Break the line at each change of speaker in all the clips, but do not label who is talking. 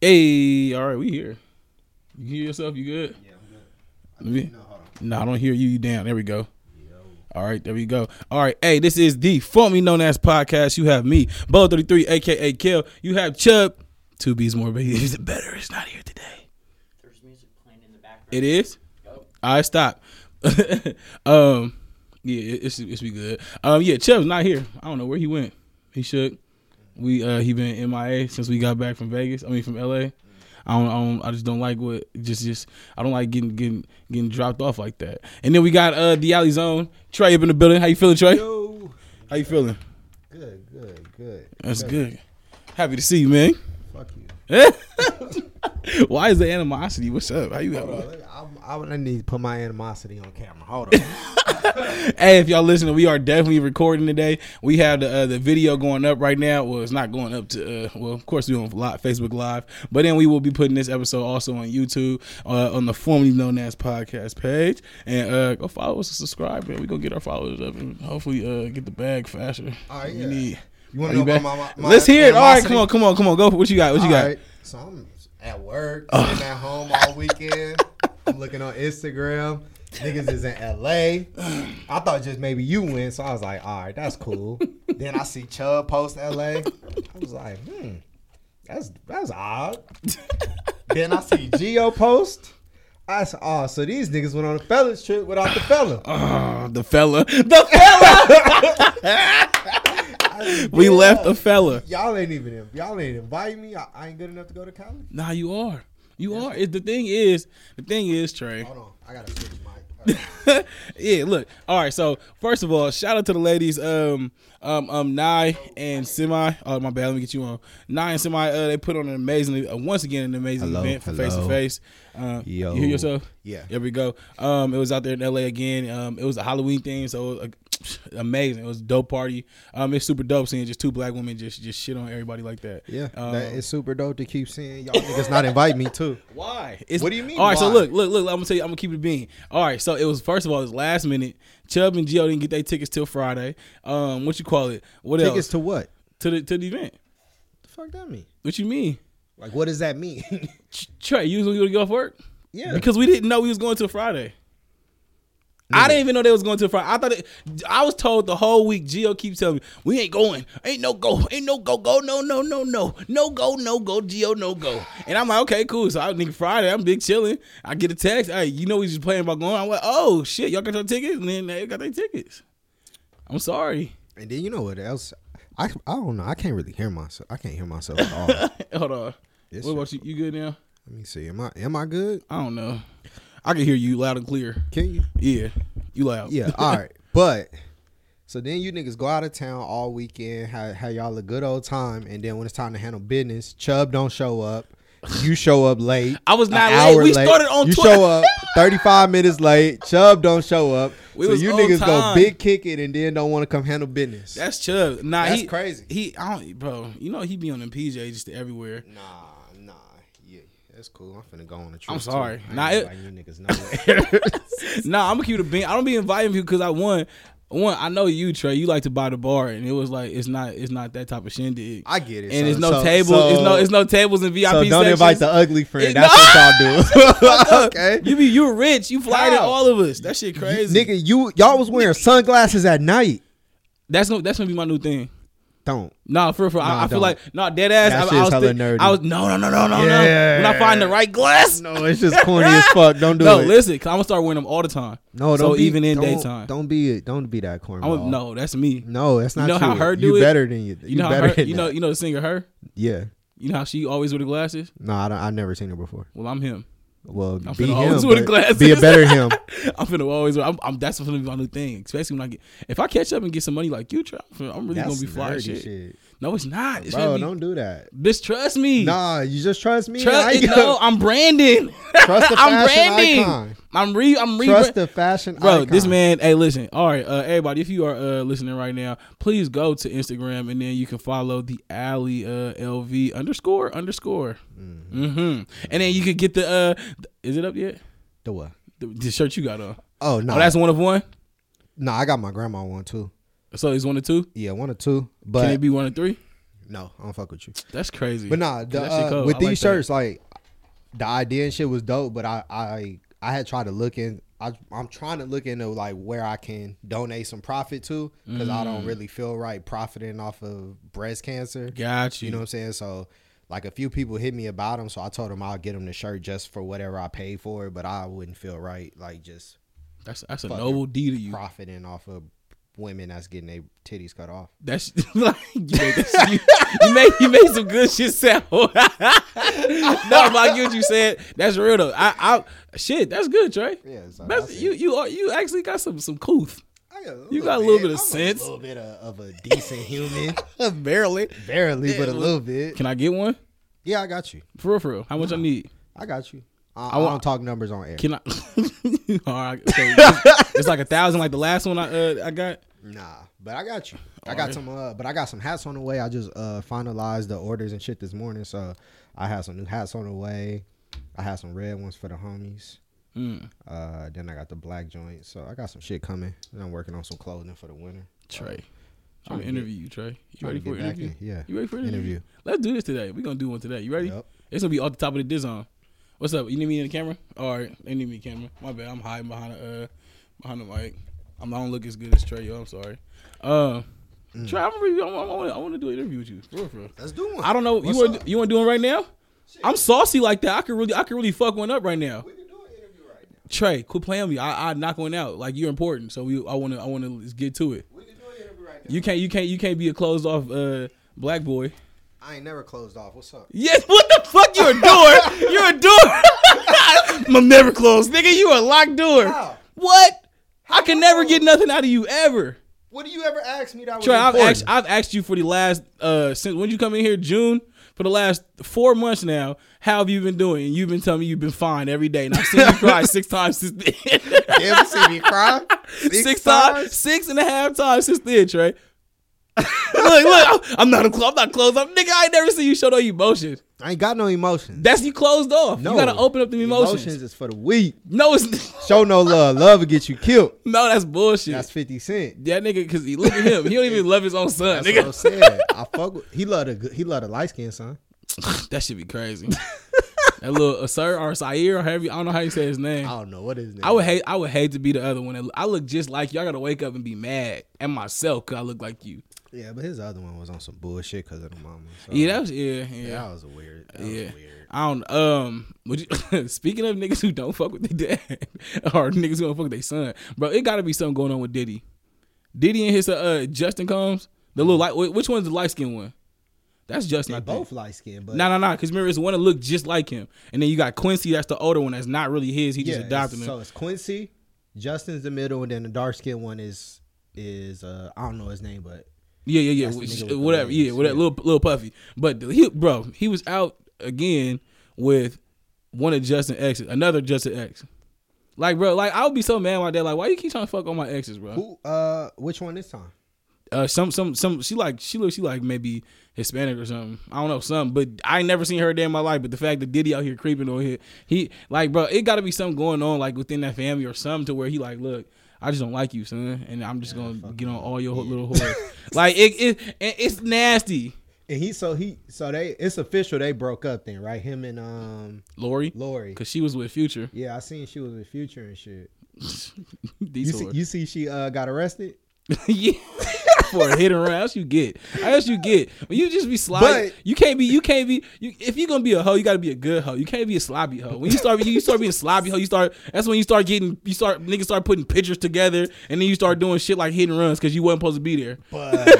Hey, all right, we here. You hear yourself? You good?
Yeah,
Let me.
no, hold on.
No, I don't hear you. You down? There we go. All right, there we go. All right, hey, this is the formerly known as podcast. You have me, Bo thirty three, aka Kill. You have Chubb. Two B's more, but he's better. It's not here today.
There's music playing in the background.
It is. All right, stop. um, yeah, it, it's it's be good. Um, yeah, Chubb's not here. I don't know where he went. He should. We uh, he been MIA since we got back from Vegas. I mean, from LA. I don't, I don't. I just don't like what just just. I don't like getting getting getting dropped off like that. And then we got uh Dially's Zone Trey up in the building. How you feeling, Trey?
Yo.
How you feeling?
Good, good, good.
That's good. Happy to see you, man.
Fuck you.
Why is the animosity? What's up? How you?
I'm, I would- I need to put my animosity on camera. Hold on.
Hey, if y'all listening, we are definitely recording today. We have the uh, the video going up right now. Well, it's not going up to uh, well, of course we're on live, Facebook Live, but then we will be putting this episode also on YouTube uh, on the formerly known as podcast page. And uh, go follow us and subscribe, man. We gonna get our followers up and hopefully uh, get the bag faster.
All right,
We
yeah.
need-
You wanna
Are
know about
back?
my- my- my
Let's hear it. All right,
animosity?
come on, come on, come on. Go. for What you got? What you
All
got? Oh.
right. So I'm at work, sitting at home all weekend. I'm looking on Instagram. Niggas is in LA. I thought just maybe you went, so I was like, all right, that's cool. then I see Chubb post LA. I was like, hmm, that's that's odd. then I see Geo post. I said, oh, so these niggas went on a fellas trip without the fella.
Oh, the fella, the fella. we
Yeah.
left a fella.
Y'all ain't even in- y'all ain't invite me. I, I ain't good enough to go to college.
Nah, you are. You are. It, the thing is, the thing is, Trey.
Hold on, I gotta switch mic.
yeah, look. All right. So first of all, shout out to the ladies, um, um, um, Nye and Semi. Oh my bad. Let me get you on. Nye and Semi. Uh, they put on an amazing, uh, once again, an amazing
Hello,
event for
hello.
face to face. Uh,
Yo.
you hear yourself?
Yeah.
There we go. Um, it was out there in LA again. Um, it was a Halloween thing, so it was, uh, amazing. It was a dope party. Um, it's super dope seeing just two black women just just shit on everybody like that.
Yeah,
Um,
that is super dope to keep seeing y'all niggas not invite me too.
Why? It's,
What do you mean,
All right, so
why?
look, look, look. I'm gonna tell you. I'm gonna keep it being. All right, so it was first of all, it was last minute. Chubb and Gio didn't get their tickets till Friday. Um, what you call it? What
Tickets
else?
to what?
To the to the event.
The fuck that mean?
What you mean?
Like, what does that mean?
Ch- Trey, you was gonna get off work
yeah,
because we didn't know we was going till Friday. I didn't even know they was going till Friday. I thought it, I was told the whole week. Gio keeps telling me we ain't going. Ain't no go. Ain't no go. Go. No. No. No. No. No go. No go. Gio. No go. And I'm like, okay, cool. So I nigga Friday, I'm big chilling. I get a text. Hey, you know we just playing about going. I'm like, oh shit, y'all got your tickets, and then they got their tickets. I'm sorry.
and then you know what else? I I don't know. I can't really hear myself. I can't hear myself at all. Let
Hold on.
Yes,
what
sir.
about you? You good now?
me see. Am I am I good?
I don't know. I can hear you loud and clear.
Can you?
Yeah, you loud.
Yeah. All right. But so then you niggas go out of town all weekend, have, have y'all a good old time, and then when it's time to handle business, Chubb don't show up. You show up late.
I was
an
not
hour
late. We started on
You
Twi-
show up 35 minutes late. Chubb don't show up.
We
so
was
you
on
niggas
time.
go big kick it and then don't want to come handle business.
That's Chubb. Nah,
That's
he,
crazy.
He, I don't, bro. You know he be on them PJ just everywhere.
nah, nah. Yeah, that's cool. I'm finna go on a trip.
I'm sorry.
too. I ain't
Nah, it-
inviting you niggas nowhere.
nah, I'm gonna keep it a bean. I don't be inviting people because I one, one. I know you, Trey. You like to buy the bar, and it was like it's not, it's not that type of shindig.
I get it.
and there's
So-
no
so-
tables. it's no,
so-
it's no tables in VIP.
so don't
sections.
invite the ugly friend.
It-
That's what y'all do. okay.
You be you rich. You fly to
How?
all of us. That shit crazy.
Nigga, you y'all was wearing sunglasses at night.
That's gonna that's gonna be my new thing.
Don't.
Nah, for real, for real.
Nah,
I, I feel
don't.
like nah, dead ass.
That
I,
shit's
I was
hella
think-
nerdy.
I was no, no, no, no, no,
Yeah.
no. When I find the right glass,
No, it's just corny as fuck. Don't do
no,
it.
listen, i I'm gonna start wearing them all the time.
No,
so
don't be,
even in
don't-
daytime,
Don't be don't be that corny.
I'm gonna- no, that's me.
No, that's not
you know how
you.
her do
you
it.
better than you. You,
You know how
better
her,
than
you know
that.
you know the singer her.
Yeah.
You know how she always with the glasses.
No, I don't, I've never seen her before.
Well, I'm him.
Well,
I'm
be
finna
him.
always wear the
but
glasses.
Be a better him.
I'm finna always. I'm, I'm that's gonna be my new thing. Especially when I get if I catch up and get some money like you, Trey, I'm, finna- I'm really
That's
gonna be fly as
nerdy
shit. No, it's not. It's
Bro,
be,
don't do that.
Bitch, trust me.
Nah, you just trust me. I
trust
ain't
it.
gonna-
No, I'm branding.
Trust the
I'm
fashion
branding.
icon.
I'm re. I'm re.
Trust the fashion
Bro,
icon.
this man. Hey, listen. All right, uh, everybody. If you are uh, listening right now, please go to Instagram and then you can follow the alley uh, lv underscore underscore. Mm-hmm. And then you could get the. uh th- Is it up yet?
The what?
The, the shirt you got on.
Oh no.
Oh, that's one of one.
no, I got my grandma one too.
So it's one of two.
Yeah, one or two.
Can
But
it be one of three?
No, I don't fuck with you.
That's crazy.
But nah, the,
That shit
uh,
cold.
with
I
these
like that.
shirts, like the idea and shit was dope. But I, I, I had tried to look in. I, I'm trying to look into like where I can donate some profit to because I
Mm.
don't really feel right profiting off of breast cancer.
Got you.
You know what I'm saying? So, like, a few people hit me about them, so I told them I'll get them the shirt just for whatever I paid for it, but I wouldn't feel right, like, just
that's that's a
Fuck.
noble deed of you.
profiting off of women that's getting their titties cut off.
That's like you made, that, you, you made you made some good shit sound. no, but I get what you said. That's real though. I, I shit, that's good, Trey.
Yeah, so
That's-
that's
you you are, you actually got some some couth.
I got
You got a little bit of
I'm
sense.
A little bit of, of a decent human.
Barely.
Barely,
Yeah,
but a
well-
little bit.
Can I get one?
Yeah, I got you.
For real, for real. How much I need?
I got you. I, I,
wa-
don't talk numbers on air.
Can I? All right. okay. It's, it's like a thousand, like the last one I uh, I got.
Nah, but I got you. I
All
got
right.
some, uh, but I got some hats on the way. I just uh, finalized the orders and shit this morning, so I have some new hats on the way. I have some red ones for the homies.
Mm.
Uh, then I got the black joint, so I got some shit coming. And I'm working on some clothing for the winter.
Trey, I'm gonna
Trying to get-
interview you, Trey. You
trying
ready
to
for an
get back
interview?
in, yeah.
You ready for an interview?
Interview.
Let's do this today. We're gonna do one today. You ready?
Yep.
It's gonna be off the top of the diz on. What's up? You need me in the camera? All right, they need me in the camera. My bad. I'm hiding behind the uh behind the mic. I'm I don't look as good as Trey. Yo, I'm sorry. Uh,
Mm.
Trey, I'm really, I'm, I'm, I wanna- I want to do an interview with you. For real, for real.
Let's do one.
I don't know.
What's
you want
up?
you want to do one right now? I'm saucy like that. I could really I could really fuck one up right now.
We can do an interview right now.
Trey, quit playing me. I I knock one out. Like you're important, so we I want to I want to get to it.
We can do an interview right now.
You can't you can't you can't be a closed off uh black boy.
I ain't never closed off. What's up?
Yes, what the fuck? You're a door. You're a door. I'm never closed, nigga. You a locked door.
How?
What? I can never get nothing out of you ever.
What do you ever ask me that? Was
Trey, I've
important?
asked I've asked you for the last uh since when you come in here June for the last four months now. How have you been doing? And you've been telling me you've been fine every day, and I've seen you cry six times since then.
Damn, you see me cry.
six, times? six and a half times since then, Trey. look, look, I'm- I'm not, a, clo- I'm not closed off, nigga. I ain't never seen you show no emotion.
I ain't got no emotions.
That's you closed off.
No.
You gotta open up the emotions.
is for the weak.
No, it's
Show no love. Love will get you killed.
no, that's bullshit.
That's Fifty Cent.
that nigga, because he look at him. He don't even love his own son,
That's what I'm
nigga.
saying. I fuck. With, he love the good- he love the light skin son.
that should be crazy. that little uh, sir or Sire or however you- I don't know how you say his name.
I don't know what is name.
I would hate. I would hate to be the other one. I look just like you. I gotta wake up and be mad at myself because I look like you.
Yeah, but his other one was on some bullshit because of the mama. So.
Yeah, that was yeah, yeah.
that was a weird. That
Yeah.
was weird.
I don't. Um, would you, speaking of niggas who don't fuck with their dad or niggas who don't fuck with their son, bro, it gotta be something going on with Diddy. Diddy and his uh, uh Justin Combs, the little light. wh- Which one's the light skinned one? That's Justin.
They
I think.
both light skin, but
No, no, no. Because remember, it's one that look just like him, and then you got Quincy. That's the older one. That's not really his. He
yeah.
just
it's-
adopted him.
so it's Quincy, Justin's the middle, and then the dark skin one is is uh I don't know his name, but
Yeah, yeah, yeah.
That's the
which-
nigga with the
whatever.
legs,
Yeah, whatever.
yeah.
Little little puffy. But the- he, bro, he was out again with one of Justin exes, another Justin ex. Like, bro, like I would be so mad my dad. Like, why you keep trying to fuck all my exes, bro?
who uh which one this time?
Uh, some, some, some. She like, she looks, she like maybe Hispanic or something. I don't know, some. But I ain't never seen her a day in my life. But the fact that Diddy out here creeping on here, he like, bro, it got to be something going on like within that family or something to where he like, look, I just don't like you, son, and I'm just gonna get on all your little whores. like, it, it, it, it's nasty.
And he so he so they it's official they broke up then right him and um
Lori,
Lori.
because she was with Future.
Yeah, I seen she was with Future and shit. You
These
see,
whores.
you see she uh got arrested.
yeah. For a hit and run, that's you get. That's you get. When you just be sloppy,
But-
you can't be. You can't be. You, if you're gonna be a hoe, you gotta be a good hoe. You can't be a sloppy hoe. When you start, you start being sloppy hoe. You start. That's when you start getting. You start niggas start putting pictures together, and then you start doing shit like hit and runs because you wasn't supposed to be there.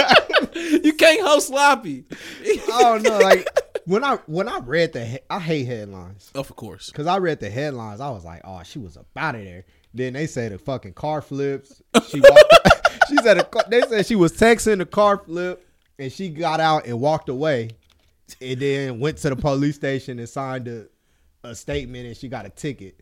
But
You can't hoe sloppy.
oh no, like when I when I read the he- I hate headlines
of course.
because I read the headlines. I was like, oh, she was up out of there. Then they said the fucking car flips. She walked, she said a car, they said she was texting the car flip and she got out and walked away, and then went to the police station and signed a a statement and she got a ticket.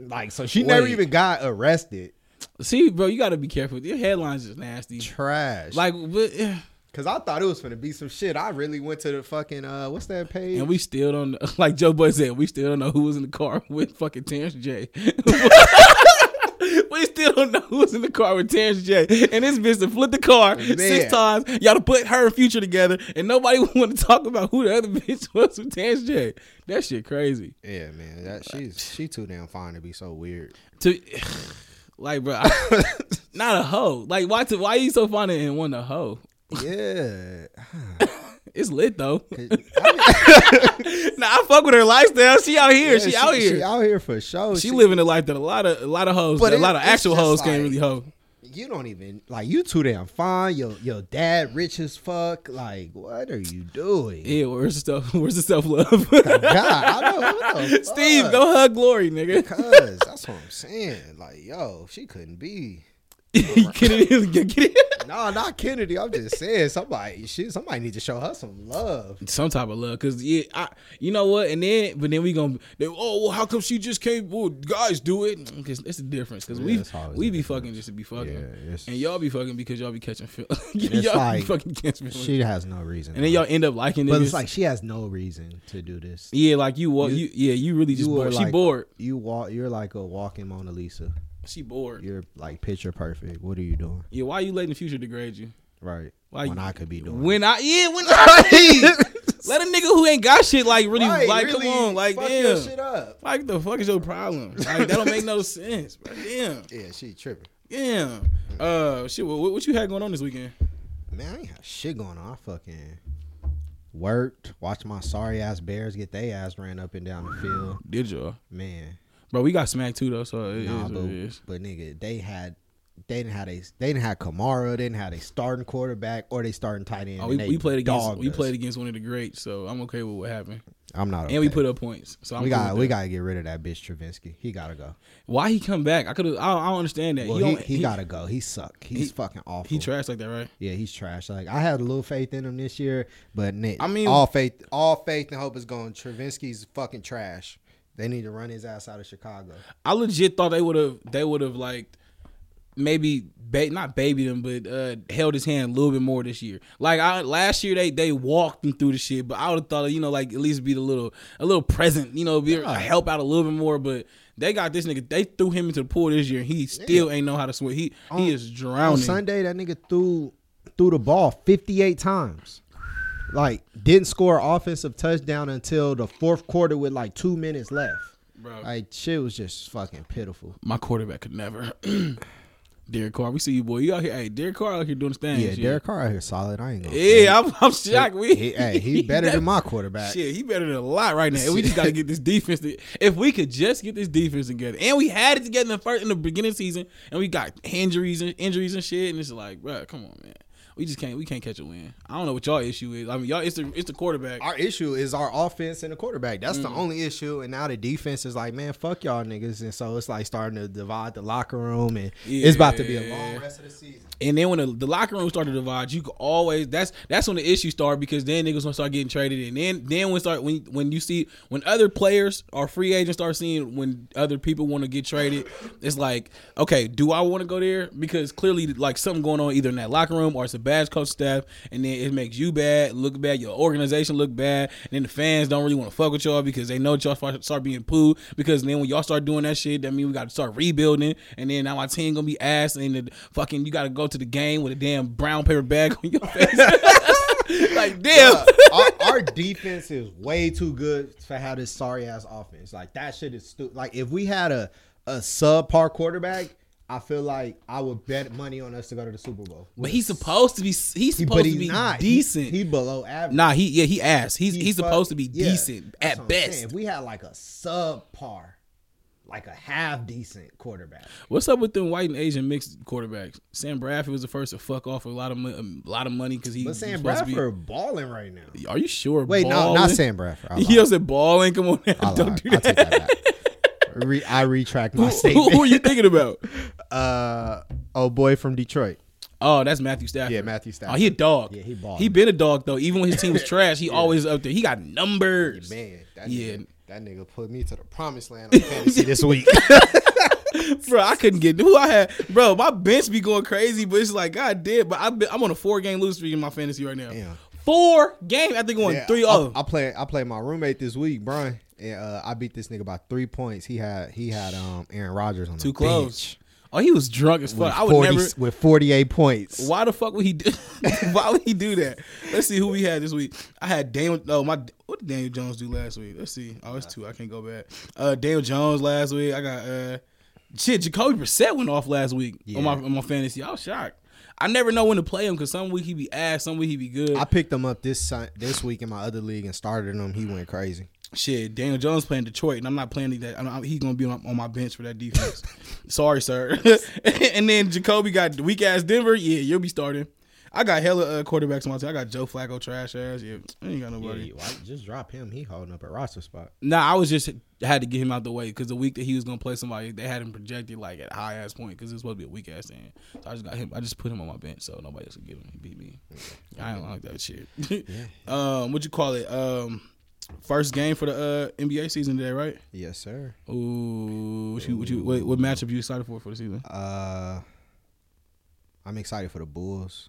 Like so, she never
Wait.
even got arrested.
See, bro, you gotta be careful. Your headlines is nasty.
Trash.
Like, but, eh. yeah.
Cause I thought it was gonna be some shit. I really went to the fucking uh, what's that page?
and we still don't. know- Like Joe Budden said, we still don't know who was in the car with fucking Terrence J. we We still don't know who's in the car with Terrence J. And this bitch to flip the car
Man.
six times. Y'all to put her and Future together, and nobody want to talk about who the other bitch was with Terrence J. That shit crazy.
Yeah, man. That she's she too damn fine to be so weird.
To like, bro, not a hoe. Like, why? To, why you so fond of and want a hoe?
Yeah.
It's lit though.
I
nah, I fuck with her lifestyle. She out here.
Yeah,
she, out here.
She out here for sure.
she, living a life that a lot of a lot of hoes,
But
a
it-
lot of
it's
actual
just
hoes can't
like-
really hoe.
You don't even like you too damn fine. Your your dad rich as fuck. Like what are you doing?
Yeah, where's the stuff? Where's the self love?
God, I know. What the
Steve,
fuck?
go hug Glory, nigga.
Cause that's what I'm saying. Like yo, she couldn't be.
get it, get get it.
No, not Kennedy. I'm just saying somebody. She somebody needs to show her some love.
Some type of love, cause yeah, I, you know what, and then but then we gonna they, oh well, how come she just can't? Well, guys do it. Mm, It's, it's a difference, cause
Yeah,
we
it's always
we
a
be fucking just to be fucking,
Yeah, it's-
and y'all be fucking because y'all be catching feel.
it's
y'all
like-
be fucking catching feelings.
She has no reason.
and then y'all end up liking
But
niggas.
it's like she has no reason to do this.
yeah, like you, wa- you, yeah, you really just
you are
bored. she
like-
bored.
You walk. You're like a walking Mona Lisa.
She bored.
You're like picture perfect. What are you doing?
Yeah, why you letting the future degrade you?
Right.
Why
when
you-
I could be doing.
When I yeah, when I let a nigga who ain't got shit like really like come on like damn.
up.
Like the fuck is your problem? Like that don't make no sense, bro. Damn,
Yeah, she tripping.
damn. Uh, shit. What, what you had going on this weekend?
Man, I ain't have shit going on. I fucking worked. Watched my sorry ass Bears get they ass ran up and down the field.
Did y'all,
Man,
bro? We got smacked too though, so it is
nah,
what
but,
it is.
but nigga, they had. They didn't have a, they didn't have Kamara, they didn't have a starting quarterback, or they starting tight end.
Oh, we,
and they
we played against
dogged
we
us.
played against one of the greats, so I'm okay with what happened.
I'm not. Okay.
And we put up points, so I'm
we
cool
got
with
we
that.
got to get rid of that bitch Travinsky. He gotta go.
Why he come back? I could I, don't- I don't understand that.
Well,
he,
he,
don't-
he, gotta go. He suck. He's fucking awful.
he trash like that, right?
yeah, he's trash. Like I had a little faith in him this year, but Nick,
I mean-
all faith, all faith and hope is gone. Travinsky's fucking trash. They need to run his ass out of Chicago.
I legit thought they would have they would have like maybe ba- not babied him but uh held his hand a little bit more this year. Like I last year they they walked him through the shit, but I would have thought you know like at least be the little a little present, you know, be help out a little bit more, but they got this nigga. They threw him into the pool this year. and He still ain't know how to swim. He he is
On
drowning.
Sunday, that nigga threw threw the ball 58 times. Like didn't score offensive touchdown until the fourth quarter with like two minutes left.
Bro.
Like shit was just fucking pitiful.
My quarterback could never. Derek Carr, we see you, boy. You out here, hey, Derek Carr out here doing his thing.
Yeah,
shit.
Derek Carr out here solid. I ain't gonna.
Yeah, I'm, I'm shocked. We
he, hey, he better than my quarterback.
Shit, he better than a lot right now. And we just gotta get this defense. To, if we could just get this defense together, and we had it together in the first in the beginning of the season, and we got injuries and injuries and shit, and it's like, bruh, come on, man. We just can't we can't catch a win. I don't know what y'all issue is. I mean, y'all it's the it's the quarterback.
Our issue is our offense and the quarterback. That's
Mm.
the only issue. And now the defense is like, man, fuck y'all niggas. And so it's like starting to divide the locker room, and it's about to be a long
Yeah.
rest of the season.
And then when the, the locker room started to divide, you could always that's that's when the issue started because then niggas gonna start getting traded, and then then when start when when you see when other players or free agents start seeing when other people want to get traded, it's like okay, do I want to go there? Because clearly like something going on either in that locker room or it's a bad coach staff, and then it makes you bad, look bad, your organization look bad, and then the fans don't really want to fuck with y'all because they know y'all start start being poo. Because then when y'all start doing that shit, that mean we got to start rebuilding, and then now my team gonna be ass, and the fucking you got to go to the game with a damn brown paper bag on your face. like damn,
Uh, our, our defense is way too good for how this sorry ass offense. Like that shit is stupid. Like if we had a a subpar quarterback, I feel like I would bet money on us to go to the Super Bowl.
but he's supposed to be he's
He-
supposed to be
He-
decent.
He, below average.
nah, he yeah he ass. He's he's,
He fuck-
supposed to be
yeah,
decent
that's
at
what I'm saying.
best.
If we had like a subpar, like a half decent quarterback,
What's up with them white and Asian mixed quarterbacks? Sam Bradford was the first to fuck off a lot of mo- a lot of money because he.
but
was
Sam
supposed to be-
Bradford balling right now.
Are you sure?
Wait, no, not
Ballin'?
Sam Bradford. I lied.
He doesn't ball and come on. now.
I lied.
Don't do
I'll take
that.
that back. Re- I retract my
Who- who,
statement.
are you thinking about?
Uh, oh boy from Detroit.
Oh, that's Matthew Stafford.
Yeah, Matthew Stafford.
Oh, he a dog.
Yeah, he ballin'.
He been a dog though. Even when his team was trash, he always up there. He got numbers.
Man, that
Yeah.
nigga, that nigga put me to the promised land on fantasy this week.
bro, I couldn't get who I had. Bro, my bench be going crazy, but it's like God damn. But I've been, I'm on a four game lose streak in my fantasy right now.
Damn.
Four game after going
Yeah,
three
I-
zero.
I, play. I played my roommate this week, Brian, and uh, I beat this nigga by three points. He had he had um Aaron Rodgers on
Too
the
close.
bench.
Oh, he was drunk as fuck. I would
40
never.
with 48 points.
Why the fuck would he do? why would he do that? Let's see who we had this week. I had Daniel. Oh my, what did Daniel Jones do last week? Let's see. Oh, it's two. I can't go back. Uh, Daniel Jones last week. I got uh, shit. Jacoby Brissett went off last week on my on my fantasy. I was shocked. I never know when to play him because some week he be ass, some week he be good.
I picked him up this si- this week in my other league and started him. He went crazy.
Shit, Daniel Jones playing Detroit, and I'm not playing that. I'm, I'm- he's gonna be on, on my bench for that defense. Sorry, sir. and then Jacoby got weak ass Denver. Yeah, you'll be starting. I got hella uh, quarterbacks on my team. I got Joe Flacco, trash ass. Yeah, I ain't got nobody.
just drop him. He holding up a roster spot.
Nah, I was just had to get him out the way because the week that he was gonna play somebody, they had him projected like at a high ass point because it was supposed to be a weak ass thing. So I just got him. I just put him on my bench so nobody else could get him. He beat me. I don't like that shit. um, what you call it? Um, first game for the uh, NBA season today, right?
Yes, sir.
Ooh, what you, what, you, what, what matchup you excited for for the season?
Uh, I'm excited for the Bulls.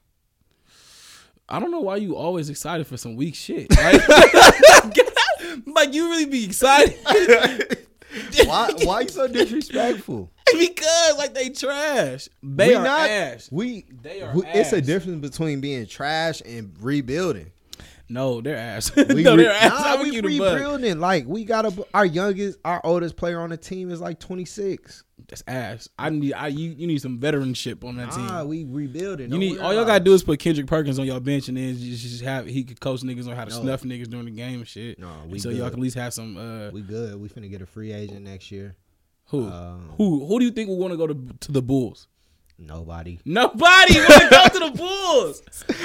I don't know why you always excited for some weak shit. Like, like you really be excited
Why? Why you so disrespectful?
because like they trash. They are ass.
We.
They are
we- It's a
ass.
difference between being trash and rebuilding.
No, they're ass.
We
no,
re-
they're ass.
Nah,
I would
we
give you the bug.
rebuilding. Like we got a, our youngest, our oldest player on the team is like 26.
That's ass. I need. I you, you need some veteranship on that
Nah,
team.
we rebuilding.
You need all y'all gotta do is put Kendrick Perkins on y'all bench and then just, just have he could coach niggas on how to
No.
snuff niggas during the game and shit.
No,
And
we
so y'all
good.
can at least have some. Uh,
We good. We finna get a free agent next year.
who
um,
who who do you think will want to go to to the Bulls?
Nobody.
Nobody want to go to the Bulls.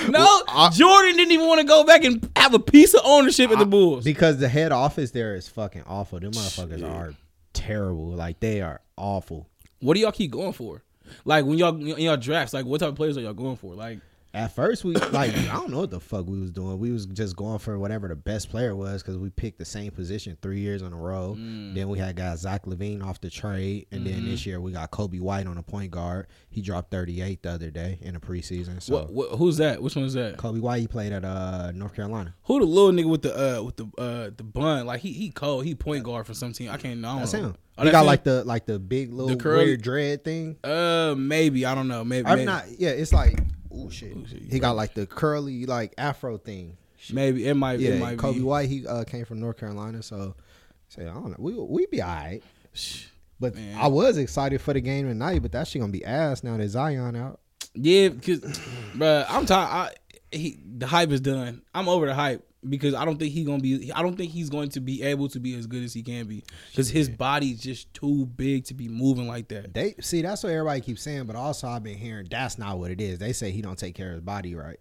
No,
I-
Jordan didn't even want to go back and have a piece of ownership at the Bulls.
Because the head office there is fucking awful. Them motherfuckers are terrible. Like they are awful.
What do y'all keep going for? Like when y'all in y'all drafts, like what type of players are y'all going for? Like
At first, we like I don't know what the fuck we was doing. We was just going for whatever the best player was because we picked the same position three years in a row.
Mm.
Then we had got Zach Levine off the trade, and then
Mm-hmm.
this year we got Kobe White on the point guard. He dropped thirty eight the other day in the preseason. So
what, what? Who's that? Which one is that?
Kobe White he played at uh North Carolina.
Who the little nigga with the uh with the uh the bun? Like he he cold. He point guard for some team. I can't. I don't
That's
know.
him.
Oh,
he
that's
got
him?
like the like the big little
curly-
weird dread thing.
uh maybe I don't know maybe
I'm
maybe,
not. Yeah, it's like oh shit.
shit, you
He got like the curly like afro thing.
maybe it might it
Yeah,
might
Kobe
be.
White. He uh, came from North Carolina, so say I don't know. We we be all right. But
Man.
I was excited for the game tonight, but that shit gonna be ass now that Zion out.
Yeah, because, bruh, I'm tired. I, he, the hype is done. I'm over the hype because I don't think he gonna be. I don't think he's going to be able to be as good as he can be because his body's just too big to be moving like that.
They see that's what everybody keeps saying, but also I've been hearing that's not what it is. They say he don't take care of his body right.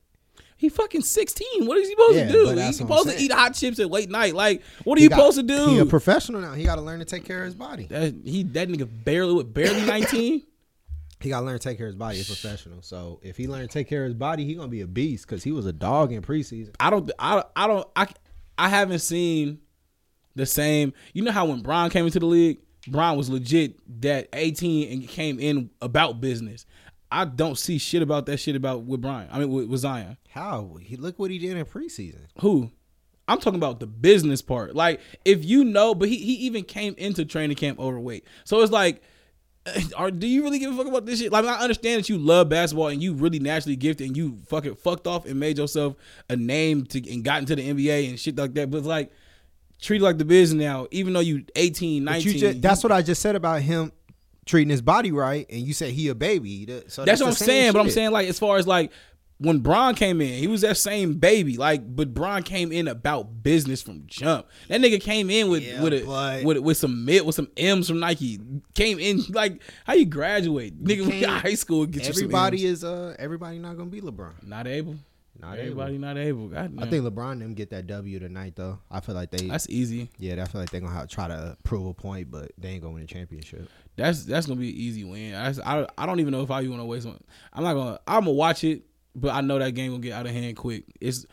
He fucking 16. What is he supposed
Yeah,
to do?
but
He's
that's what I'm
supposed to
saying.
eat hot chips at late night. Like, what are
He
you
got-
supposed to
He a
do?
professional now. He got to learn to take care of his body.
that he that nigga barely with barely 19.
He got to learn to take care of his body. He's a professional, so if he learn to take care of his body, he gonna be a beast because he was a dog in preseason.
I don't. I I don't. I I haven't seen the same. You know how when Bron came into the league, Bron was legit that 18 and came in about business. I don't see shit about that shit about with Brian. I mean with, with Zion.
How he look what he did in preseason.
Who? I'm talking about the business part. Like if you know, but he he even came into training camp overweight. So it's like. eh, Are, do you really give a fuck about this shit? Like I understand that you love basketball and you really naturally gifted and you fucking fucked off and made yourself a name to and got into the NBA and shit like that. But it's like treat it like the biz now, even though you 18,
But
19.
you just, that's what I just said about him treating his body right, and you said he a baby. That- So
That's
the
what I'm
same
saying. But I'm
shit.
saying like as far as like when Bron came in, he was that same baby. Like, but Bron came in about business from jump. That nigga came in with
Yeah,
with a,
but-
with with some mid with some M's from Nike. Came in like how you graduate, nigga. We
can't-
got high school get you some
everybody
M's.
is uh everybody not gonna be LeBron.
not able.
Not
everybody
able.
not able. God
I think LeBron them get that W tonight though. I feel like they
that's easy.
yeah, I feel like they gonna have, try to prove a point, but they ain't gonna win a championship.
That's that's gonna be an easy win. That's, I I don't even know if I even want to waste one. I'm not gonna. I'm gonna watch it, but I know that game gonna get out of hand quick. It's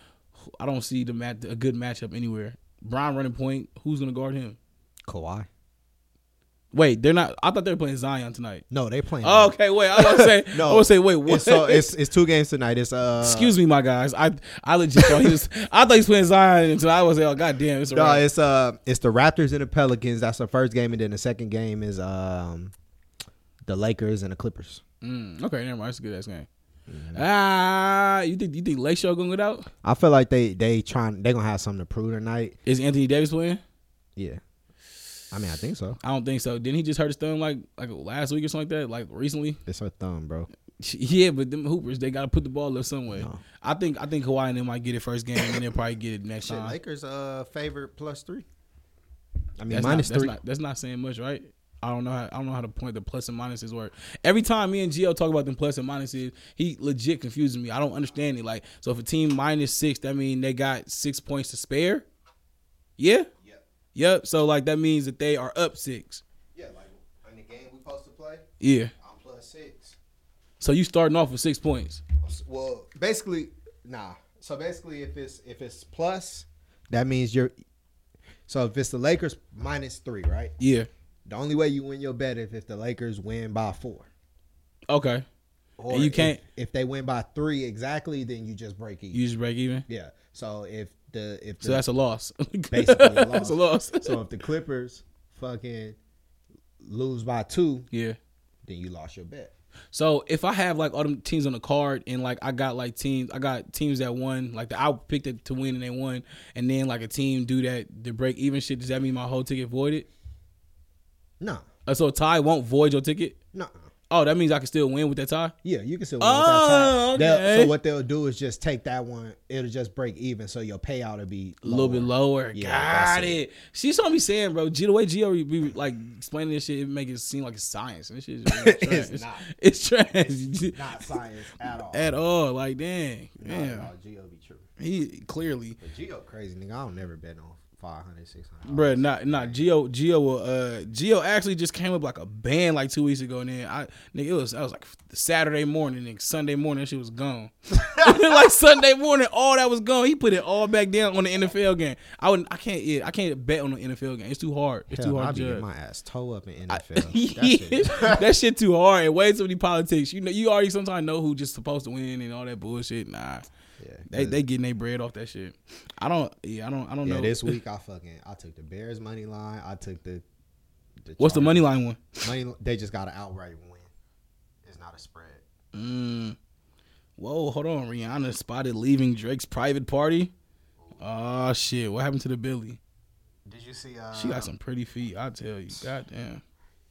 I don't see the mat a good matchup anywhere. Brian running point. Who's gonna guard him?
Kawhi?
Wait, they're not. I thought they were playing Zion tonight.
No, they playing.
Oh, okay, wait. I was gonna say. no. I was gonna say. Wait, what?
It's, so it's uh, it's two games tonight. It's uh
Excuse me, my guys. I I legit thought he was. I thought he was playing Zion until I was like, oh goddamn, it's a
No,
wrap.
it's uh, it's the Raptors and the Pelicans. That's the first game, and then the second game is um, the Lakers and the Clippers.
Mm, okay, never mind. That's a good ass game. Ah, you think you think Lake Show gonna get out?
I feel like they they trying they gonna have something to prove tonight.
Is Anthony Davis playing?
Yeah, I mean I think so.
I don't think so. Didn't he just hurt his thumb like like last week or something like that? Like recently?
It's her thumb, bro.
Yeah, but them hoopers they gotta put the ball up somewhere.
No.
I think I think Kawhi and them might get it first game and they'll probably get it next
Shit,
time.
Lakers uh favorite plus three.
I mean
That's
minus
not, that's
three.
Not, that's not saying much, right? I don't know. How, I don't know how to point the plus and minuses work. Every time me and Gio talk about them plus and minuses, he legit confuses me. I don't understand it. Like, so if a team minus six, that mean they got six points to spare. Yeah.
Yep.
Yep. Yep. So like that means that they are up six.
Yeah, like in the game we supposed to play,
Yeah.
I'm plus six.
So you starting off with six points.
Well,
basically,
nah. So basically, if it's if it's plus,
that means you're. So if it's the Lakers minus three, right?
Yeah.
The only way you win your bet if if the Lakers win by four.
Okay.
Or
And you
if-
can't-
If, they win by three exactly, then you just break even.
You just break even.
yeah. So if the if the,
So that's a loss.
Basically a
that's a loss.
so if the Clippers fucking lose by two,
yeah.
then you lost your bet.
So if I have like all them teams on the card and like I got like teams, I got teams that won, like the, I picked it to win and they won, and then like a team do that the break even shit. Does that mean my whole ticket voided?
No,
Uh, so a tie won't void your ticket.
no.
Oh, that means I can still win with that tie.
Yeah, you can still.
Oh,
win with that tie. They'll-
okay.
So what they'll do is just take that one. It'll just break even. So your payout will be
A little bit lower.
Yeah,
got
that's
it. She saw me saying, bro. G, the way Gio be- be like explaining this shit, it make it seem like it's science. And this shit is really trash.
It's not.
It's trash.
Not science at all.
at all. Like, dang,
Not at
damn.
all. Geo be true.
He clearly.
But Geo crazy nigga. I don't never bet on 500, 600.
Bruh, not not Geo Geo will uh Geo actually just came up like a band like two weeks ago and then I nigga it was I was like Saturday morning and Sunday morning she was gone. like Sunday morning, all that was gone. He put it all back down on the NFL game. I would not I can't yeah, I can't bet on the NFL game. It's too hard. It's
Hell,
too
I
hard
be
to
getting
judge.
my ass toe up in NFL. That shit-
Yeah, that shit too hard and way too many politics. You know you already sometimes know who just supposed to win and all that bullshit. Nah.
Yeah,
They they getting their bread off that shit. I don't yeah, I don't I don't
yeah,
know.
this week I fucking I took the Bears money line. I took the. the
What's the
Chargers
money line one?
money? They just got an outright win. It's not a spread.
Mm. Whoa, hold on. Rihanna spotted leaving Drake's private party. Oh shit! What happened to the Billy?
Did you see? Uh,
She got some pretty feet, I tell you. God damn,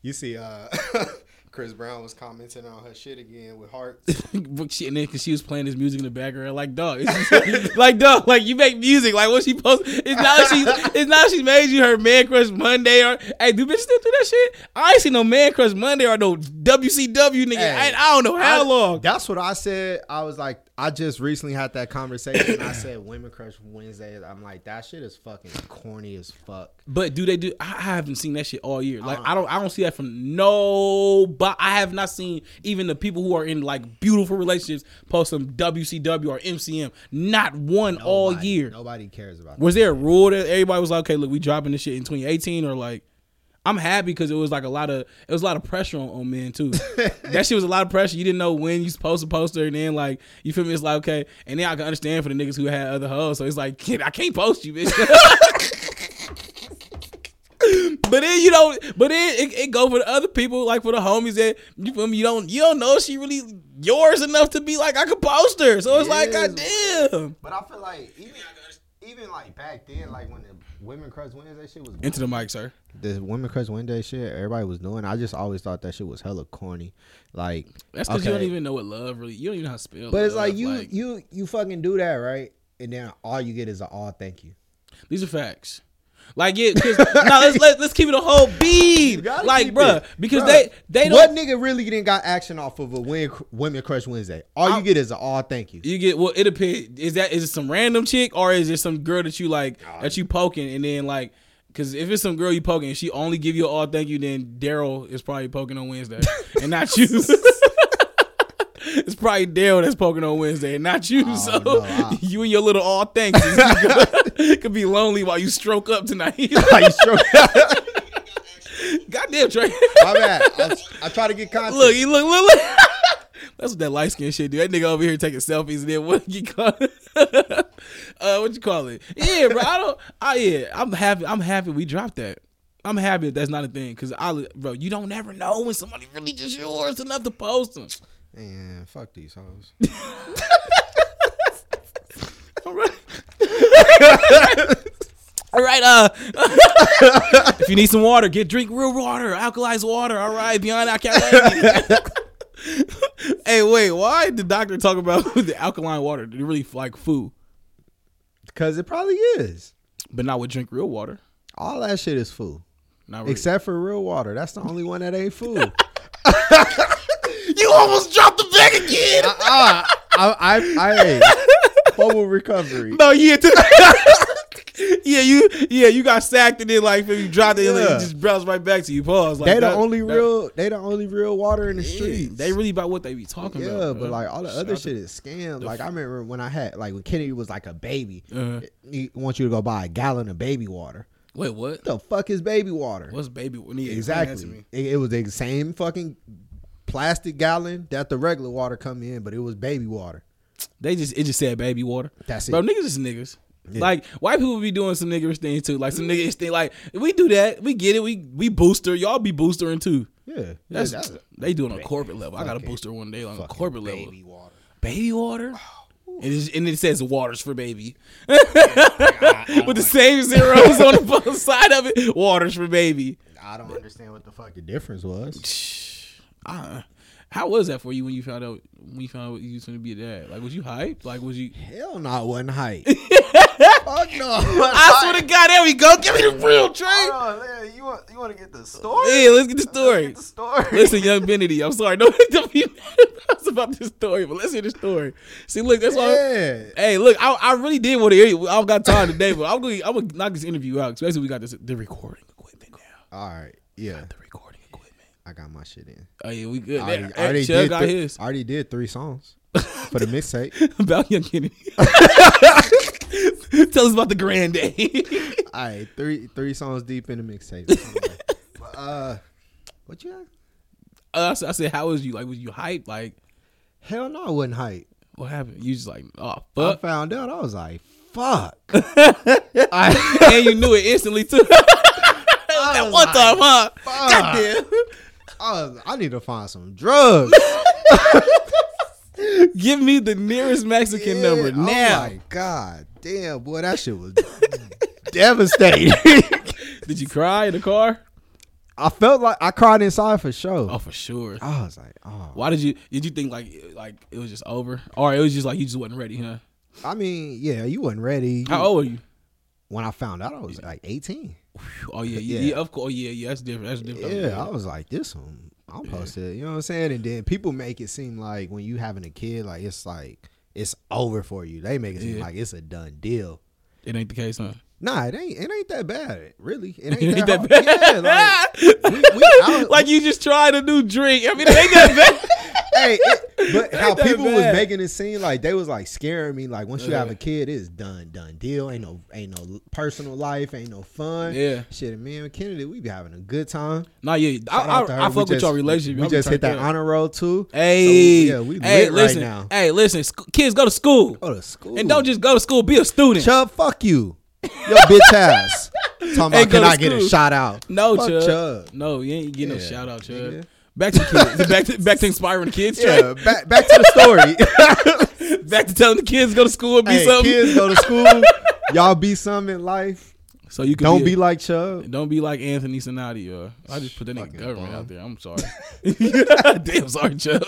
You see? Uh, Chris Brown was commenting on her shit again with hearts.
but she and then cause she was playing this music in the background, like dog, it's just- like dog, like you make music, like what she post? It's not she, it's not she made you her man crush Monday or hey, do bitches still do that shit? I ain't seen no man crush Monday or no WCW nigga.
Hey,
I, I don't know how
I-
long.
That's what I said. I was like, I just recently had that conversation. I said Women Crush Wednesday. I'm like, that shit is fucking corny as fuck.
But do they do? I I haven't seen that shit all year. Like
Uh-huh.
I don't, I don't see that from no. But I have not seen even the people who are in like beautiful relationships post some WCW or MCM. Not one all
Nobody-
year.
Nobody cares about
Was there a rule that everybody was like, okay, look, we dropping this shit in 2018 or like? I'm happy because it was like a lot of it was a lot of pressure on, on men too. that shit was a lot of pressure. You didn't know when you supposed to post her, and then like you feel me? It's like okay, and then I can understand for the niggas who had other hoes. So it's like kid, I can't post you, bitch. But then you don't. But then it, it go for the other people, like for the homies that you feel me. You don't. You don't know if she really yours enough to be like I could post her. So it's like,
Yes.
God damn.
But I feel like even even like back then, like when the Women Crush Wednesday shit was
Into the mic, sir.
the Women Crush Wednesday shit everybody was doing. I just always thought that shit was hella corny. Like,
That's because you
Okay.
don't even know what love really. You don't even know how to spell.
but it's
love,
like you you you fucking do that right, and then all you get is an all thank you.
These are facts. Like yeah, because now let's let, let's keep it a whole bead.
gotta
Like
keep
bruh,
it.
because
Bruh,
they they don't.
What nigga really didn't got action off of a Women Women Crush Wednesday? All you get is an all thank you.
You get well. It depends. Is that is it some random chick or is it some girl that you like that you poking and then like because if it's some girl you poking and she only give you all thank you, then Daryl is probably poking on Wednesday and not you. it's probably Daryl that's poking on Wednesday and not you. so
Oh, no, I-
you and your little all thanks is- could be lonely while you stroke up tonight.
How you stroke?
Goddamn, Trey.
My bad. I, I try to get content.
Look, he look, look, look. That's what that light skin shit do. That nigga over here taking selfies and then what you call it? uh, what you call it? Yeah, bro. I don't. I yeah. I'm happy. I'm happy we dropped that. I'm happy that that's not a thing because I, li- bro, you don't never know when somebody really just yours enough to post them.
Man, fuck these hoes.
All right. All right. Uh, if you need some water, get drink real water, alkalized water. All right, beyond alkaline. hey, wait. Why did doctor talk about the alkaline water? Did it really like food,
Cause it probably is.
but not with drink real water?
All that shit is food.
Not really.
Except for real water. That's the only one that ain't food.
you almost dropped the bag again.
Ah, I, I, I hey, full recovery.
no, yeah. t- Yeah, you yeah you got sacked and then like if you dropped it, and then
Yeah.
it just bounced right back to you. Pause. Like,
They the
that-
only
that-
real. They the only real water in the
Yeah,
streets.
They really about what they be talking about.
Yeah,
bro.
but like all the other
Shout
shit is scam.
the
Like I
f-
remember when I had like when Kennedy was like a baby,
Uh-huh.
he want you to go buy a gallon of baby water.
Wait, what?
What the fuck is baby water?
What's baby? Need
Exactly. It, it was the same fucking plastic gallon that the regular water come in, but it was baby water.
They just it just said baby water.
That's it.
Bro, niggas is niggas.
Yeah.
Like white people be doing some niggerish things too. Like some niggerish thing. Like we do that. We get it. We we booster. Y'all be boostering too.
Yeah,
That's,
yeah, that's
they do it on a corporate level. I got a
fucking-
booster one day on a
fucking
corporate level.
baby Oh, water.
Baby water. And, it's- and it says waters for baby, with the same zeros on the both side of it. Waters for baby.
I don't understand what the fucking difference was.
I, how was that for you when you found out when you found out you was gonna be a dad? Like, was you hyped? Like, was you?
Hell no, I wasn't hype. Fuck no.
I swear to God, there we go. Give me the real train.
Hold on, Larry, you want you want to get the story?
Hey, let's get the story.
Get the story.
Listen, young Benity, I'm sorry. Don't, don't be mad about us about this story, but let's hear the story. See, look, that's why.
Yeah.
Hey, look, I, I really did want to hear you. I don't got time today, but I'm gonna I'm gonna knock this interview out. Especially we got this the recording equipment now.
All right. Yeah,
The recording equipment.
I got my shit in.
Oh yeah, we good.
I
Hey,
already, I already
Chug
did
got
three-
his.
I already did three songs for the mixtape.
about young Kennedy. Tell us about the grand day.
All right, three three songs deep in the mixtape. But, uh, what you? Got?
Uh, I said- I said, how was you? Like, was you hyped? Like,
Hell no, I wasn't hype.
what happened? You just like, oh
I
fuck,
found out. I was like, fuck.
I, and you knew it instantly too. At one time, huh? Goddamn.
I, was- I need to find some drugs.
Give me the nearest Mexican
Yeah,
number now.
Oh my god, damn boy, that shit was devastating.
Did you cry in the car?
I felt like I cried inside for sure.
Oh, for sure.
I was like, oh.
Why did you? Did you think like it- like it was just over, or it was just like you just wasn't ready, huh?
I mean, yeah, you wasn't ready.
How old are you?
When I found out, I was like 18.
Oh yeah, yeah,
Yeah.
yeah, of course. Oh, yeah, yeah. That's different. That's different.
Yeah, I was like, this one, I'm posted. You know what I'm saying? And then people make it seem like when you having a kid, like it's like it's over for you. They make it seem
Yeah.
like it's a done deal.
It ain't the case, huh?
Nah, it ain't. It ain't that bad, really. It ain't,
It ain't that
hard.
bad.
Yeah, like, we, we, I,
like you just tried a new drink. I mean, it ain't that bad.
hey, it- but how
that
people was
bad.
making it seem like they was like scaring me. Like once you have
Yeah.
a kid, it's done, done deal. Ain't no, ain't no personal life, ain't no fun.
Yeah.
shit. and Me and Kennedy, we be having a good time.
Nah, yeah, I,
Shout out to her.
I, I
We
fuck with
just-
y'all relationship.
We
Y'all be
just hit
turned
that
up.
honor roll too.
Hey,
So, yeah, we
hey,
lit
listen,
right now.
Hey, listen, sc- kids go to school
Go to school
and don't just go to school. Be a student.
Chubb, fuck you, yo bitch ass. Talking about
Hey, go
can
to
I get a
school.
shout out?
no,
fuck
Chubb.
Chubb.
No, you ain't getting no
Yeah,
shout out, Chubb.
nigga.
Back to kids. back to back to inspiring the kids.
Yeah,
Chubb.
back back to the story.
Back to telling the kids go to school and be
hey,
something.
kids go to school. Y'all be something in life.
So you can
Don't
be,
be like Chubb.
don't be like Anthony Sinati. Or I just put that nigga
Fucking
government
bum.
out there. I'm sorry. Damn, sorry, Chubb.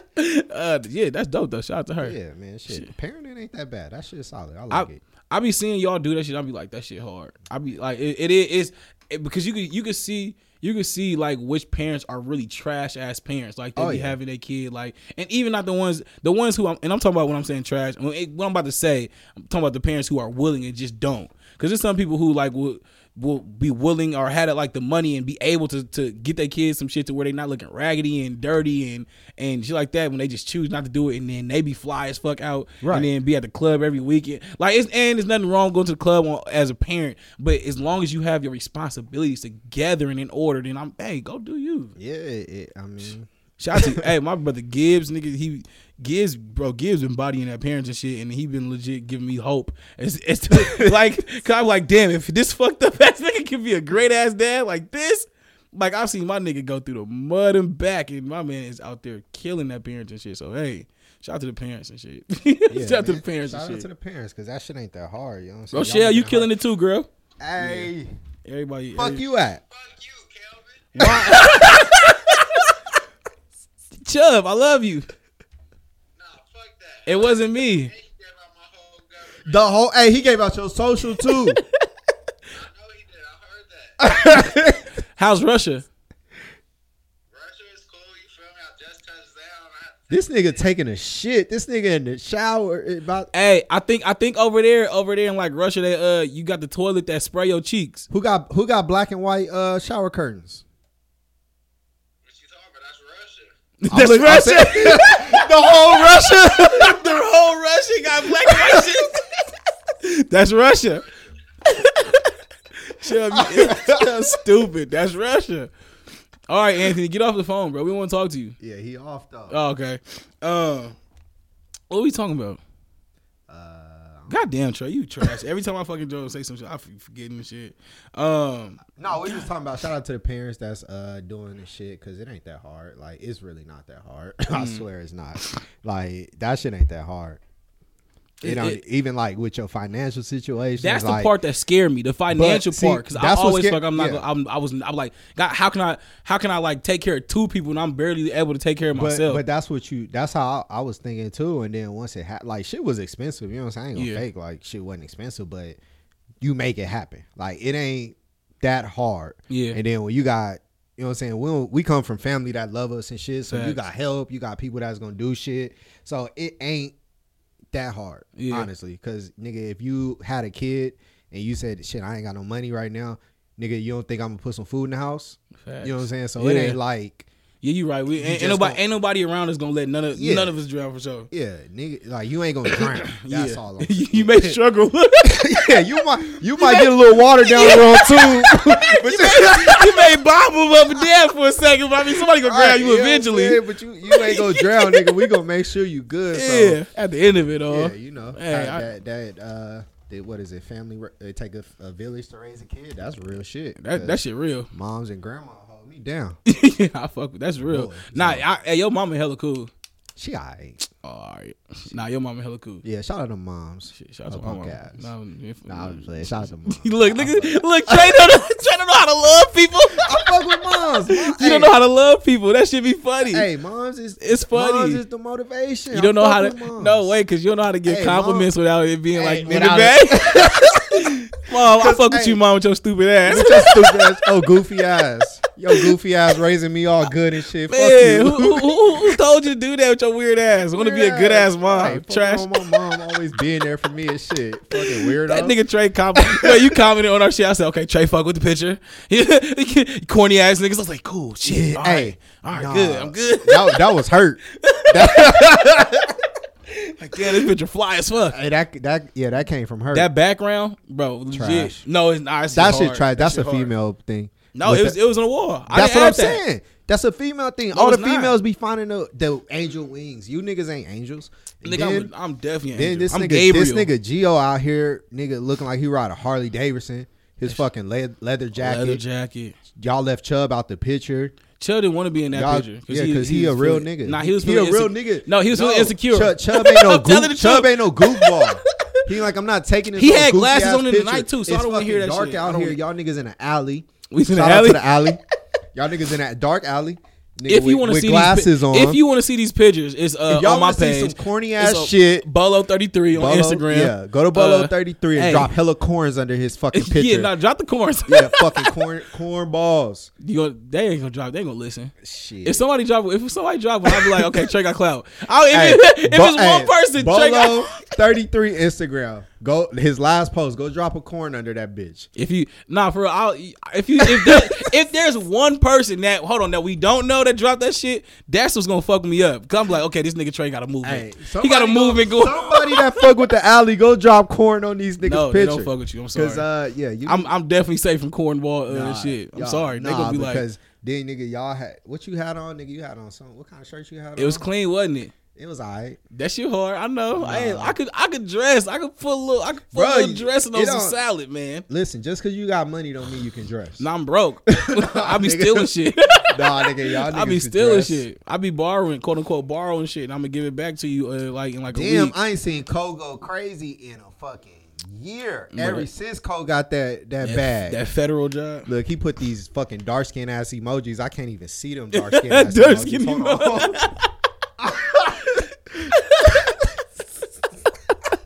uh, yeah, that's dope though. Shout out to her.
Yeah, man, shit. Parenting ain't that bad. That shit solid. I
I
like it.
I be seeing y'all do that shit. I be like, that shit hard. I be like, it, it is it, because you could you could see you could see like which parents are really trash ass parents. Like they
Oh,
be
yeah.
having their kid like, and even not the ones the ones who I'm and I'm talking about when I'm saying trash. When it- What I'm about to say, I'm talking about the parents who are willing and just don't. Because there's some people who like will will be willing or had it like the money and be able to to get their kids some shit to where they not looking raggedy and dirty and and shit like that when they just choose not to do it and then they be fly as fuck out
Right.
and then be at the club every weekend. Like it's and there's nothing wrong going to the club on, as a parent, but as long as you have your responsibilities together and in order, then I'm hey, go do you.
Yeah, it, I mean,
Shout out to hey, my brother Gibbs, nigga. He Gibbs, bro. Gibbs been bodying that parents and shit, and he been legit giving me hope. It's, it's like, cause I'm like, damn, if this fucked up ass nigga can be a great ass dad like this, like I've seen my nigga go through the mud and back, and my man is out there killing that parents and shit. So hey, shout out to the parents and shit. shout out to the
man.
parents
Shout
and
out
shit.
to the parents, cause that shit ain't that hard. You know what I'm saying?
Rochelle, Oh, you killing it too, girl.
Hey,
Everybody,
fuck you at?
Chubb. I love you. It wasn't me.
The whole hey, he gave out your social too.
How's Russia?
this nigga taking a shit. This nigga in the shower eh, about
Hey, I think I think over there, over there in like Russia, they uh, you got the toilet that spray your cheeks.
who got who got black and white uh shower curtains.
That's
look- I
Russia.
said- the whole Russia.
the whole Russia got black and white shit. That's Russia. Chubb, you- Chubb, stupid. That's Russia. All right, Anthony, get off the phone, bro. We want to talk to you.
yeah, he off though.
Oh, okay. Um, what are we talking about?
Uh,
Goddamn, Trey, you trash. Every time I fucking Joe say some shit, I f- forgetting the shit. Um,
no, we just talking about shout out to the parents that's uh doing this shit because it ain't that hard. Like it's really not that hard. I
Mm.
swear it's not. Like that shit ain't that hard.
It-
You know,
it-
even like with your financial situation.
that's the
like,
part that scared me, the financial
see,
part, because I
that's what
always
sca-
like I'm not,
yeah.
gonna, I'm, I was, I'm like, God, how can I, how can I like take care of two people and I'm barely able to take care of
But,
myself?
but that's what you. That's how I, I was thinking too. And then once it happened, like shit was expensive. You know what I'm saying? I ain't gonna
Yeah.
fake like shit wasn't expensive, but you make it happen. Like it ain't that hard.
Yeah.
And then when you got, you know what I'm saying? We don't- we come from family that love us and shit. So you
Facts.
got help. You got people that's gonna do shit. So it ain't that hard,
Yeah.
honestly. Because nigga, if you had a kid and you said, "Shit, I ain't got no money right now," nigga, you don't think I'm gonna put some food in the house? You know what I'm saying? So it
Yeah.
ain't like.
yeah, you right. We ain't, ain't
just
nobody,
gonna-
ain't nobody around is gonna let none of
Yeah.
none of us drown for sure.
Yeah, nigga, like you ain't gonna drown. That's
yeah.
all. I'm
you you may struggle.
yeah, you might you might get a little water down the road too. but you,
you may bobble up and down for a second, but I mean, somebody gonna grab
Right,
you
know what I'm
eventually.
saying? but you you ain't gonna drown, nigga. We gonna make sure you good.
Yeah, at the end of it
So,
all.
yeah, you know
Hey,
that,
I-
that that uh, that- what is it? Family? ra- It take a, a village to raise a kid. That's real shit.
That, that shit real.
Moms and grandma hold me down.
yeah, I fuck with that's real.
Boy,
nah, I, hey, your mama hella cool.
She alright.
all right. Nah, your mama hella cool.
Yeah, shout out to moms.
Shit, shout out to
Oh,
my mama.
podcast.
Nah, if-
Nah, I'm just playing. Shout out to moms.
look, look, look, Trey don't, know, Trey don't know how to love people.
I fuck with moms. Mom-
you
hey,
don't know how to love people. That should be funny.
Hey, moms is
It's funny.
Moms is the motivation.
you don't
I
know how
fuck
to.
with moms.
No way, because you don't know how to give
Hey,
compliments without it being
Hey,
like nigga
without
bag. mom, I
'Cause,
fuck with
hey.
you, mom, with your stupid ass.
With your stupid ass, oh goofy ass, yo goofy ass raising me all good and shit. fuck
Man,
you.
who, who, who, who told you to do that with your weird ass? Want to be a good ass mom?
Hey, fuck
Trash.
on My mom always being there for me and shit. Fucking weirdo.
That nigga Trey commented. well, you commented on our shit. I said, okay, Trey, fuck with the picture. Corny ass niggas. I was like, cool, shit.
Yeah,
all right,
hey,
all right,
nah.
good. I'm good.
That, that was hurt.
Like, yeah, this picture fly as fuck.
Hey, that that yeah, that came from her.
That background, bro, legit.
Trash.
No, it's not. It's
that
hard.
shit tried. That's
shit
a
hard.
female thing.
No,
With
it was
the-
it was on the wall. I
that's
didn't
what I'm
add that.
saying. That's a female thing.
No,
All the
it's not.
females be finding the, the angel wings. You niggas ain't angels. And
Nigga,
then-
I'm, I'm definitely.
Then this
I'm
nigga,
Gabriel.
this nigga Geo out here, nigga looking like he ride a Harley Davidson. His fucking le- leather jacket.
leather jacket.
Y'all left Chubb out the picture.
Chubb didn't want to be in that
Y'all-
picture.
yeah, 'cause he a
was
real
feeling-
nigga.
Nah, he was
He a
feeling
real
insec-
nigga.
No, he was feeling
No,
insecure.
Chubb, Chubb ain't no
I'm telling the
goof, Chubb
truth.
ain't no goofball. He like I'm not taking this.
He
little
had
goofy
glasses
ass
on in the
picture.
night, too, so I
It's
don't wanna
fucking
hear that
dark
shit. I
out
don't-
here. Y'all niggas in an alley.
We in the
Shout out
alley?
to the alley. Y'all niggas in that dark alley. Nigga,
if you
with-
want to
with
see
glasses
these, pi-
on,
if you want to see these pictures, it's uh,
If y'all
on my
wanna see
page.
some corny
It's
ass
on
shit.
Bolo thirty three on
Bolo-
Instagram.
yeah, go to Bolo
Uh,
33 and
hey.
drop hella corns under his fucking picture.
Yeah, nah, drop the corns.
yeah, fucking corn corn balls.
you gonna, they ain't gonna drop. They ain't gonna listen.
Shit.
If somebody drop, if somebody drop, one, I'll be like, okay, Trey got clout. I'll, if
Hey,
it- if
Bo-
it's one
hey,
person, Trey
Bolo
got.
33 Instagram. Go his last post. Go drop a corn under that bitch.
If you nah for real, I'll, if you if there, if there's one person that hold on that we don't know that dropped that shit, that's what's gonna fuck me up. 'Cause I'm like, okay, this nigga Trey got a
Hey,
movement. he got a
somebody
movement
go-
going.
Somebody that fuck with the alley, go drop corn on these niggas'
no, they
picture.
don't fuck with you. I'm sorry.
Cause uh, yeah, you.
I'm I'm definitely safe from cornball uh,
nah,
shit. I'm
y'all-
sorry. They
nah,
gonna be like,
because Then nigga, y'all had what you had on, nigga. You had on something. What kind of shirt you had on?
It was clean, wasn't it?
It was alright,
That shit hard. I know. I, ain't- I could I could dress. I could put a little I could put
Bruh,
a little
you-
dressing
it
on some
don't-
salad, man.
Listen, just cause you got money don't mean you can dress.
Nah, I'm broke. I be
Nigga.
stealing shit.
nah, nigga, y'all.
I be
niggas can
stealing
dress.
shit. I be borrowing, quote unquote, borrowing shit, and I'm gonna give it back to you uh, like in like a
Damn,
week.
I ain't seen Cole go crazy in a fucking year.
Bruh.
Ever since Cole got that that
Mm, that,
bag.
that federal job.
Look, he put these fucking dark skin ass emojis. I can't even see them dark skin ass
Dark
emojis.
skin
Hold on.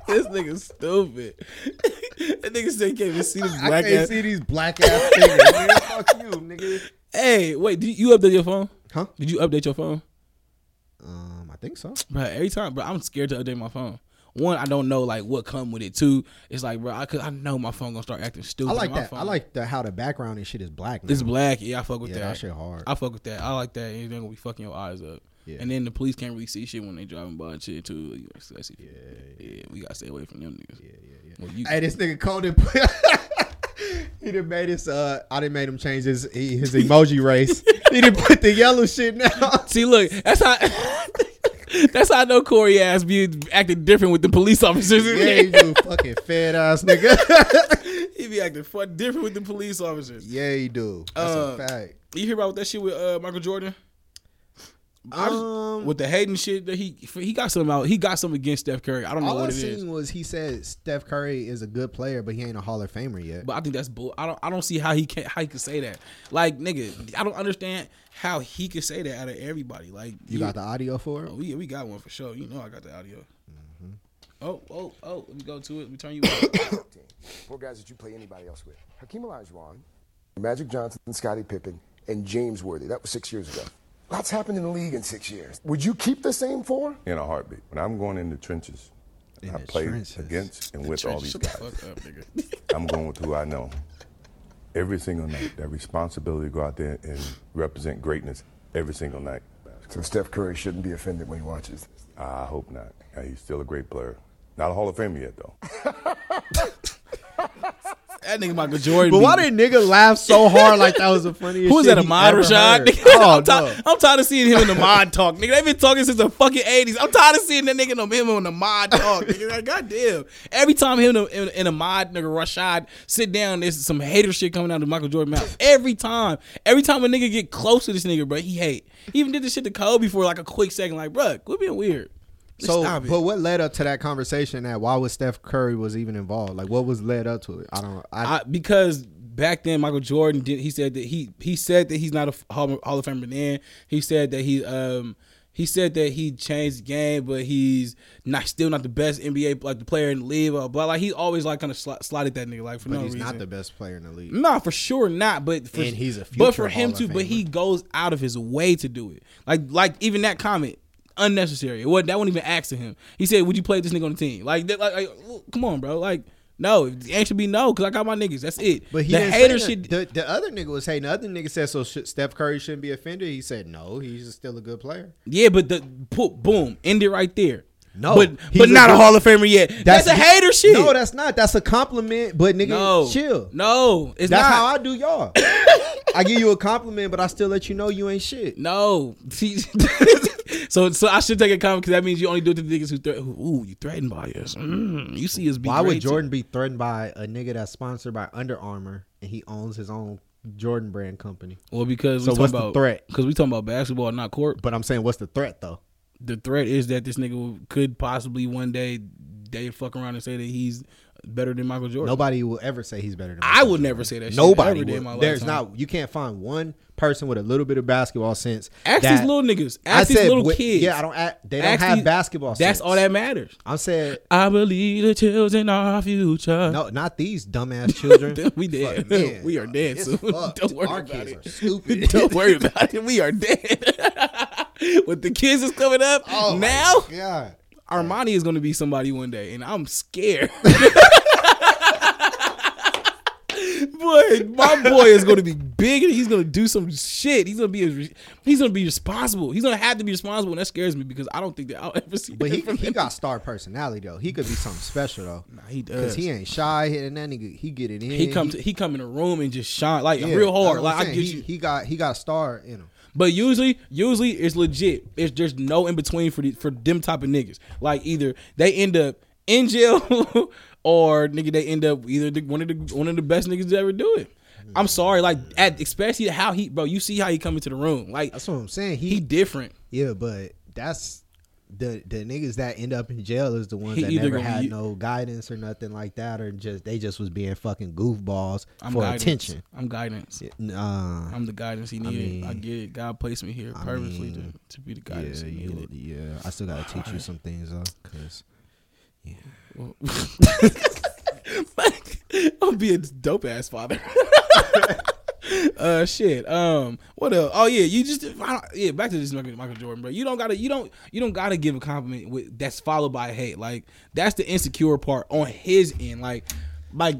This nigga stupid. that nigga said he can't even see this
I
black
can't
ass.
see these black ass niggas. nigga. Fuck you, nigga.
Hey, wait, did you update your phone?
Huh?
Did you update your phone?
Um, I think so.
Bro, every time, bro, I'm scared to update my phone. One, I don't know like what come with it. Two, it's like, bro, I could, I know my phone gonna start acting stupid.
I like
My
that. I
phone-
like the how the background and shit is black. Now.
It's black. Yeah, I fuck with
yeah, that
that.
shit hard.
I fuck with that. I like that. It's gonna be fucking your eyes up.
Yeah.
And then the police can't really see shit when they driving by and shit too. You know, so that's- yeah, we gotta stay away from them niggas. Yeah, yeah, yeah. Well, you,
Hey, this nigga called him. he done made his. Uh, I didn't made him change his he- his emoji race. he didn't put the yellow shit now.
see, look, that's how. that's how I know Corey ass be acting different with the police officers.
yeah, you fucking fed ass nigga.
he be acting fuck different with the police officers.
yeah, you do. That's
Uh,
a fact.
You hear about that shit with uh, Michael Jordan? I just-
Um,
with the Hayden shit that he he got something out. He got something against Steph Curry. I don't know
all
what
I
it is,
seen was he said Steph Curry is a good player, but he ain't a Hall of Famer yet.
but I think that's bull. I don't I don't see how he can how he could say that. Like nigga, I don't understand how he could say that out of everybody. Like
you got the audio for it?
oh, we we got one for sure. You know I got the audio.
Mm-hmm.
Oh oh oh, let me go to it. Let me turn you. up.
team. Four guys that you play anybody else with. Hakeem Olajuwon, Magic Johnson, Scottie Pippen, and James Worthy. That was six years ago. Lots happened in the league in six years. Would you keep the same four?
in a heartbeat. When I'm going in the trenches, and
In
I
the
play
trenches.
against and with all these
Shut the
guys.
fuck up, nigga.
I'm going with who I know. Every single night, that responsibility to go out there and represent greatness every single night.
So Steph Curry shouldn't be offended when he watches this.
I hope not. Uh, He's still a great player. Not a Hall of Famer yet, though.
That nigga Michael Jordan.
But
be-
why did nigga laugh so hard like that was the funniest?
Who is
shit
that, a
he
mod
ever
Rashad?
heard?
Nigga,
Oh,
I'm, ti-
no.
I'm tired of seeing him in the mod talk. Nigga, they've been talking since the fucking 80s. I'm tired of seeing that nigga no him on the mod talk. Nigga, like, goddamn. Every time him in, in, in a mod, nigga, Rashad sit down, there's some hater shit coming out of Michael Jordan mouth. Every time. Every time a nigga get close to this nigga, bro, he hate. He even did this shit to Kobe for like a quick second. Like, bro, quit being weird. Just
So,
stop it.
but what led up to that conversation? That why was Steph Curry was even involved? Like, what was led up to it? I don't. I,
I, because back then Michael Jordan did he said that he he said that he's not a Hall, Hall of Famer then. He said that he um he said that he changed the game, but he's not still not the best NBA like the player in the league. Blah blah. Like he always like kind of sli- slotted that nigga like for
but
no
he's
reason.
not the best player in the league.
Nah, for sure not. But for,
And he's a
but for
future
him
Hall of
too. But
Famer.
he goes out of his way to do it. Like like even that comment unnecessary. It wasn't, that wasn't even asked to him. He said, "Would you play this nigga on the team?" Like that. Like, like well, come on, bro. Like no, the answer should be no because I got my niggas. That's it.
But he
the
didn't say
hater
that.
should.
The, the other nigga was hating. The other nigga said, "So should Steph Curry shouldn't be offended." He said, "No, he's still a good player."
Yeah, but the po- boom end it right there.
No,
but
he's
but
a
not a
good-
Hall of Famer yet. That's, a hater shit.
No, that's not. That's a compliment. But nigga,
no
chill.
No, it's
That's
not.
how I do y'all. I give you a compliment, but I still let you know you ain't shit.
No. See, so so I should take a comment because that means you only do it to the niggas who, thre- who ooh you threatened by us. Mm, you see us be
Why would
great.
Jordan be threatened by a nigga that's sponsored by Under Armour and he owns his own Jordan brand company?
Well, because
So
we
what's the
talking about
threat?
Because we talking about basketball, not court.
But I'm saying, what's the threat though?
The threat is that this nigga could possibly one day they fuck around and say that he's better than Michael Jordan.
Nobody will ever say he's better than.
I
Michael
would
Jordan.
never say that. shit
Nobody.
ever day in
will.
my
There's
lifetime.
not. You can't find one person with a little bit of basketball sense.
Ask
that-
these little niggas.
I
Ask these
said,
little
wi-
kids.
Yeah, I don't. Act, they don't
Ask
have
these-
basketball.
That's
sense.
all that matters.
I'm saying.
I believe the children are our future.
No, not these dumbass children.
we dead.
Fuck, man.
we are dead.
It's
soon.
fucked.
Don't worry
Our
about
kids
it.
are stupid.
Don't worry about it. We are dead. With the kids is coming up
Oh my
now,
God.
Armani is going to be somebody one day, and I'm scared. boy, my boy is going to be bigger. He's going to do some shit. He's going to be as re- he's going to be responsible. He's going to have to be responsible, and that scares me because I don't think that I'll ever see.
But
that
he,
from
he
him.
got star personality though. He could be something special though.
Nah, he
Cause
does.
he
He,
ain't shy hitting that nigga. He get it in.
come to, he come in the room and just shine like
yeah,
real hard.
that's what
Like
I'm
I
saying.
get
he,
you.
He got he got a star in him.
But usually, usually it's legit. It's just no in between for the, for them type of niggas. Like either they end up in jail, or nigga they end up either the, one of the one of the best niggas to ever do it. I'm sorry, like at, especially how he bro. You see how he come into the room, like
That's what I'm saying. He,
he different.
yeah, but that's the the niggas that end up in jail is the ones
He
that
either
never
gonna
had
u-
no guidance or nothing like that, or just they just was being fucking goofballs
I'm
for
guidance.
attention. uh,
I'm guidance.
Nah.
I'm the guidance he needed. I,
mean-
get it. God placed me here purposely
mean,
to, to be the
yeah,
guidance he
you-
needed.
yeah. I still gotta teach you some things though, cause
I'll be a dope ass father. uh, shit. Um, what else? Oh yeah, you just I don't, yeah. Back to this Michael Michael Jordan, bro. You don't gotta you don't you don't gotta give a compliment with that's followed by hate. Like that's the insecure part on his end. Like like.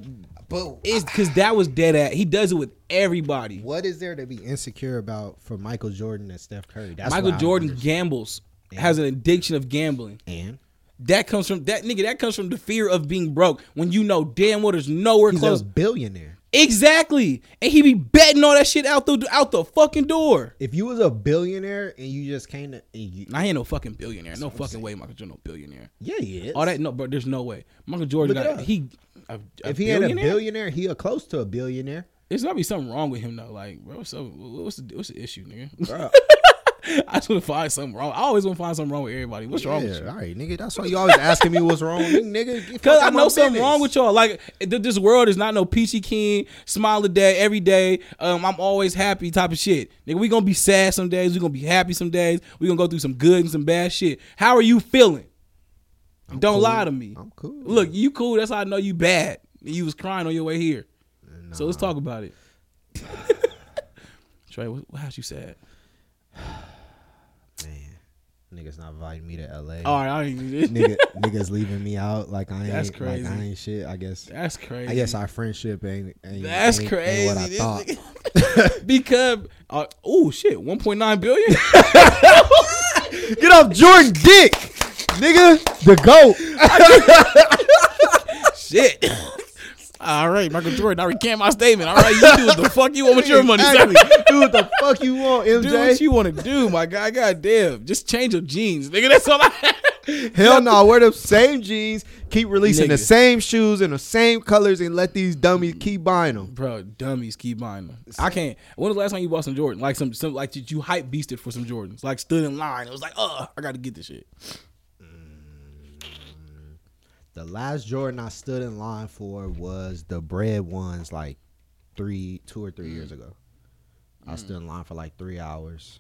But-
it's because that was dead at. He does it with everybody.
what is there to be insecure about for Michael Jordan and Steph Curry? That's
Michael
what I
Jordan
wonder.
gambles, has an addiction of gambling.
and
That comes from that nigga. That comes from the fear of being broke when you know damn well there's nowhere
he's
close.
a billionaire.
Exactly, and he be betting all that shit out the out the fucking door.
If you was a billionaire and you just came to, and you,
And I ain't no fucking billionaire. No fucking way, Michael Jordan, no billionaire.
yeah, he is.
All that no, bro. There's no way. Michael Jordan
Look it
got
up.
he. A, a
if he had a
billionaire?
billionaire, he a close to a billionaire.
there's gotta be something wrong with him though. Like, bro, what's up? What's the what's the issue, nigga?
Bro,
I just wanna find something wrong. I always wanna find something wrong with everybody. What's wrong with
yeah,
you?
all right, nigga. That's why you always asking me what's wrong, nigga. get
Cause
fuck
I
out my
know something wrong
business.
with y'all. Like th- this world is not no peachy keen, smile a day every day. Um, I'm always happy type of shit. Nigga, we gonna be sad some days. We gonna be happy some days. We gonna go through some good and some bad shit. How are you feeling? Don't
cool.
lie to me.
I'm cool.
Look, you cool. That's how I know you bad. You was crying on your way here. So let's talk about it. Trey, what, how's you sad?
Man, niggas not inviting me to L.A.
All right, I ain't.
nigga, niggas leaving me out like I ain't.
That's
Like I
crazy.
ain't shit. I guess.
That's crazy.
I guess our friendship ain't. ain't
That's
ain't-
crazy.
ain't what I
This
thought.
nigga- because uh, oh shit, 1.9 billion.
Get off Jordan Dick, nigga. The goat.
shit. All right, Michael Jordan, I recant my statement. All right, you do what the fuck you want with your money. sir.
Exactly. Do what the fuck you want, MJ.
Do what you want to do, my guy. God damn, just change your jeans, nigga. That's all I.
Hell no, wear them same jeans, keep releasing the
Nigga.
same shoes in the same colors, and let these dummies keep buying them.
Bro, dummies keep buying them. I can't. When was the last time you bought some Jordan? Like some, some like did you hype beasted for some Jordans? Like stood in line. It was like, uh, I got to get this shit.
The last Jordan I stood in line for was the bread ones, like three, two or
Mm.
three years ago. I stood in line for like three hours.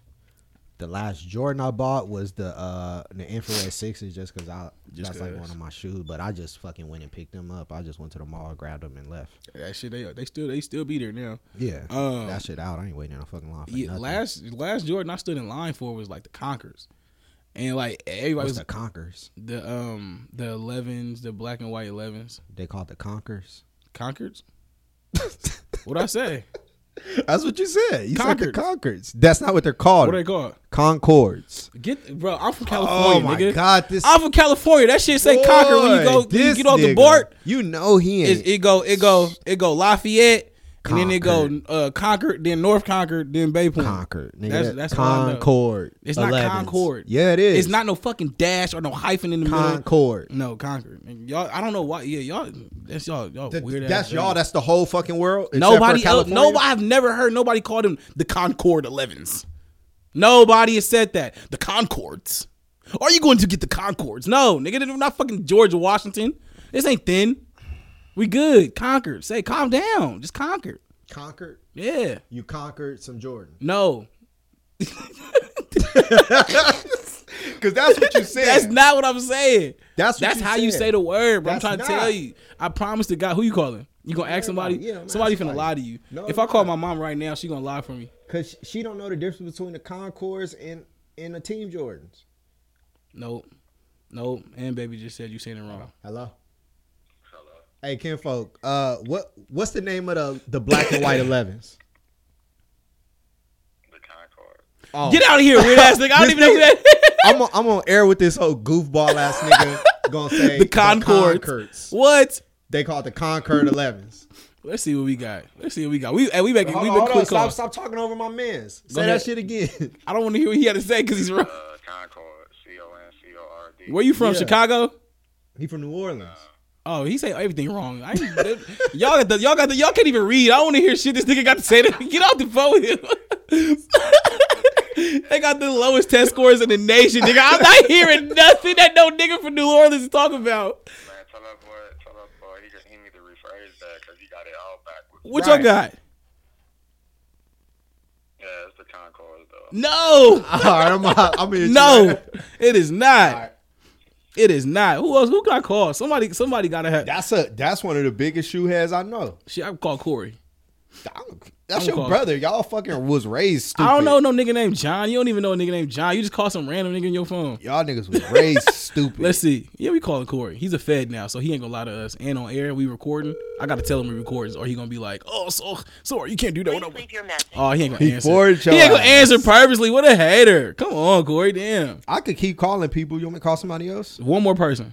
The last Jordan I bought was the uh the infrared sixes, just because I
Just
that's like
'cause.
one of my shoes. But I just fucking went and picked them up. I just went to the mall, grabbed them, and left.
That shit, they they still they still be there now.
Yeah,
Um,
that shit out. I ain't waiting in a fucking line for
Yeah,
nothing.
last last Jordan I stood in line for was like the Conkers, and like everybody
What's
was
the Conkers?
the um the elevens, the black and white elevens,
They called the Conkers.
Concords. what I say?
That's what you said. You said the
Concords.
Concords. That's not what they're called.
What they called?
Concords.
Get bro, I'm from California,
Oh. oh my
nigga.
god, this
I'm from California. That shit say Concord when you go
boy,
when you
this
get off the
nigga,
board.
You know he
It,
ain't.
it go it go it go Lafayette, and then it go
Concord.
uh Concord, then North Concord, then Bay Point.
Concord, nigga.
That's-
That-
that's what I know.
Concord.
It's not
11s.
Concord.
Yeah, it is.
It's not Mm, no fucking dash or no hyphen in the middle.
Concord.
No, Concord. And y'all, I don't know why. Yeah, y'all. That's y'all. Y'all
Th-
weird.
that's
ass
y'all.
niggas.
That's the whole fucking world. except
nobody
for
else.
California?
Nobody. I've never heard nobody call them the Concord Elevens. Nobody has said that. The Concords. Are you going to get the Concords? No, nigga. They're not fucking George Washington. This ain't thin. We good. Concord. Say, calm down. Just Concord.
Concord.
Yeah.
You conquered some Jordan.
No.
Because that's what you said.
That's not what I'm saying.
That's what
that's
you
how you
said.
say the word, bro.
That's
I'm trying
not.
to tell you. I promise to God. Who you calling? You gonna ask somebody?
Everybody. Yeah, I'm
somebody
asking
finna lie to you.
No,
if
I'm
I call
not.
my mom right now, she gonna lie for me.
Because she don't know the difference between the Concords and and the Team Jordans.
Nope. Nope. And baby just said you saying it wrong.
Hello. Hello. Hey, Kinfolk, uh, what what's the name of the the black and white elevens?
The Concord.
Oh,
Get out of here, weird ass nigga. I don't even know who that.
I'm on, I'm on air with this whole goofball ass nigga. Gonna say
the Concords.
Concords.
What?
They call it the Concord Elevens.
Let's see what we got. Let's see what we got. We and we make we
Hold on,
make
hold on.
quick
Stop,
calls.
stop talking over my man's. Say
ahead.
that shit again.
I don't want to hear what he had to say because he's wrong.
Uh, Concord. C O N C O R D.
Where you from?
Yeah.
Chicago?
He from New Orleans.
Oh, he say everything wrong. I, y'all got the y'all got the y'all can't even read. I don't want to hear shit this nigga got to say. Get off the phone with him. they got the lowest test scores in the nation, nigga. I'm not hearing nothing that no nigga from New Orleans is talking about.
Man, tell that boy. Tell that boy. He, just- he need to rephrase that because he got it all backwards.
What
Right.
y'all got?
Yeah, it's the Concord though.
No,
All right, I'm out. I'm here.
no, it is not.
right.
It is not. Who else? Who got called? Somebody. Somebody gotta have.
That's a that's one of the biggest shoe heads I know.
Shit, I can call Corey.
I'm- that's
I'm
your
called-
brother. Y'all fucking was raised stupid.
I don't know no nigga named John. You don't even know a nigga named John. You just call some random nigga in your phone.
Y'all niggas was raised stupid.
Let's see. Yeah, we calling Corey. He's a Fed now, so he ain't gonna lie to us. And on air, we recording. I gotta tell him we recording, or he gonna be like, "Oh, so sorry, you can't do that." What up?
your message.
Oh, he ain't gonna
He
answer.
forwarded
He
your
ain't gonna
ass.
answer purposely. What a hater! Come on, Corey. Damn.
I could keep calling people. You want me to call somebody else?
One more person.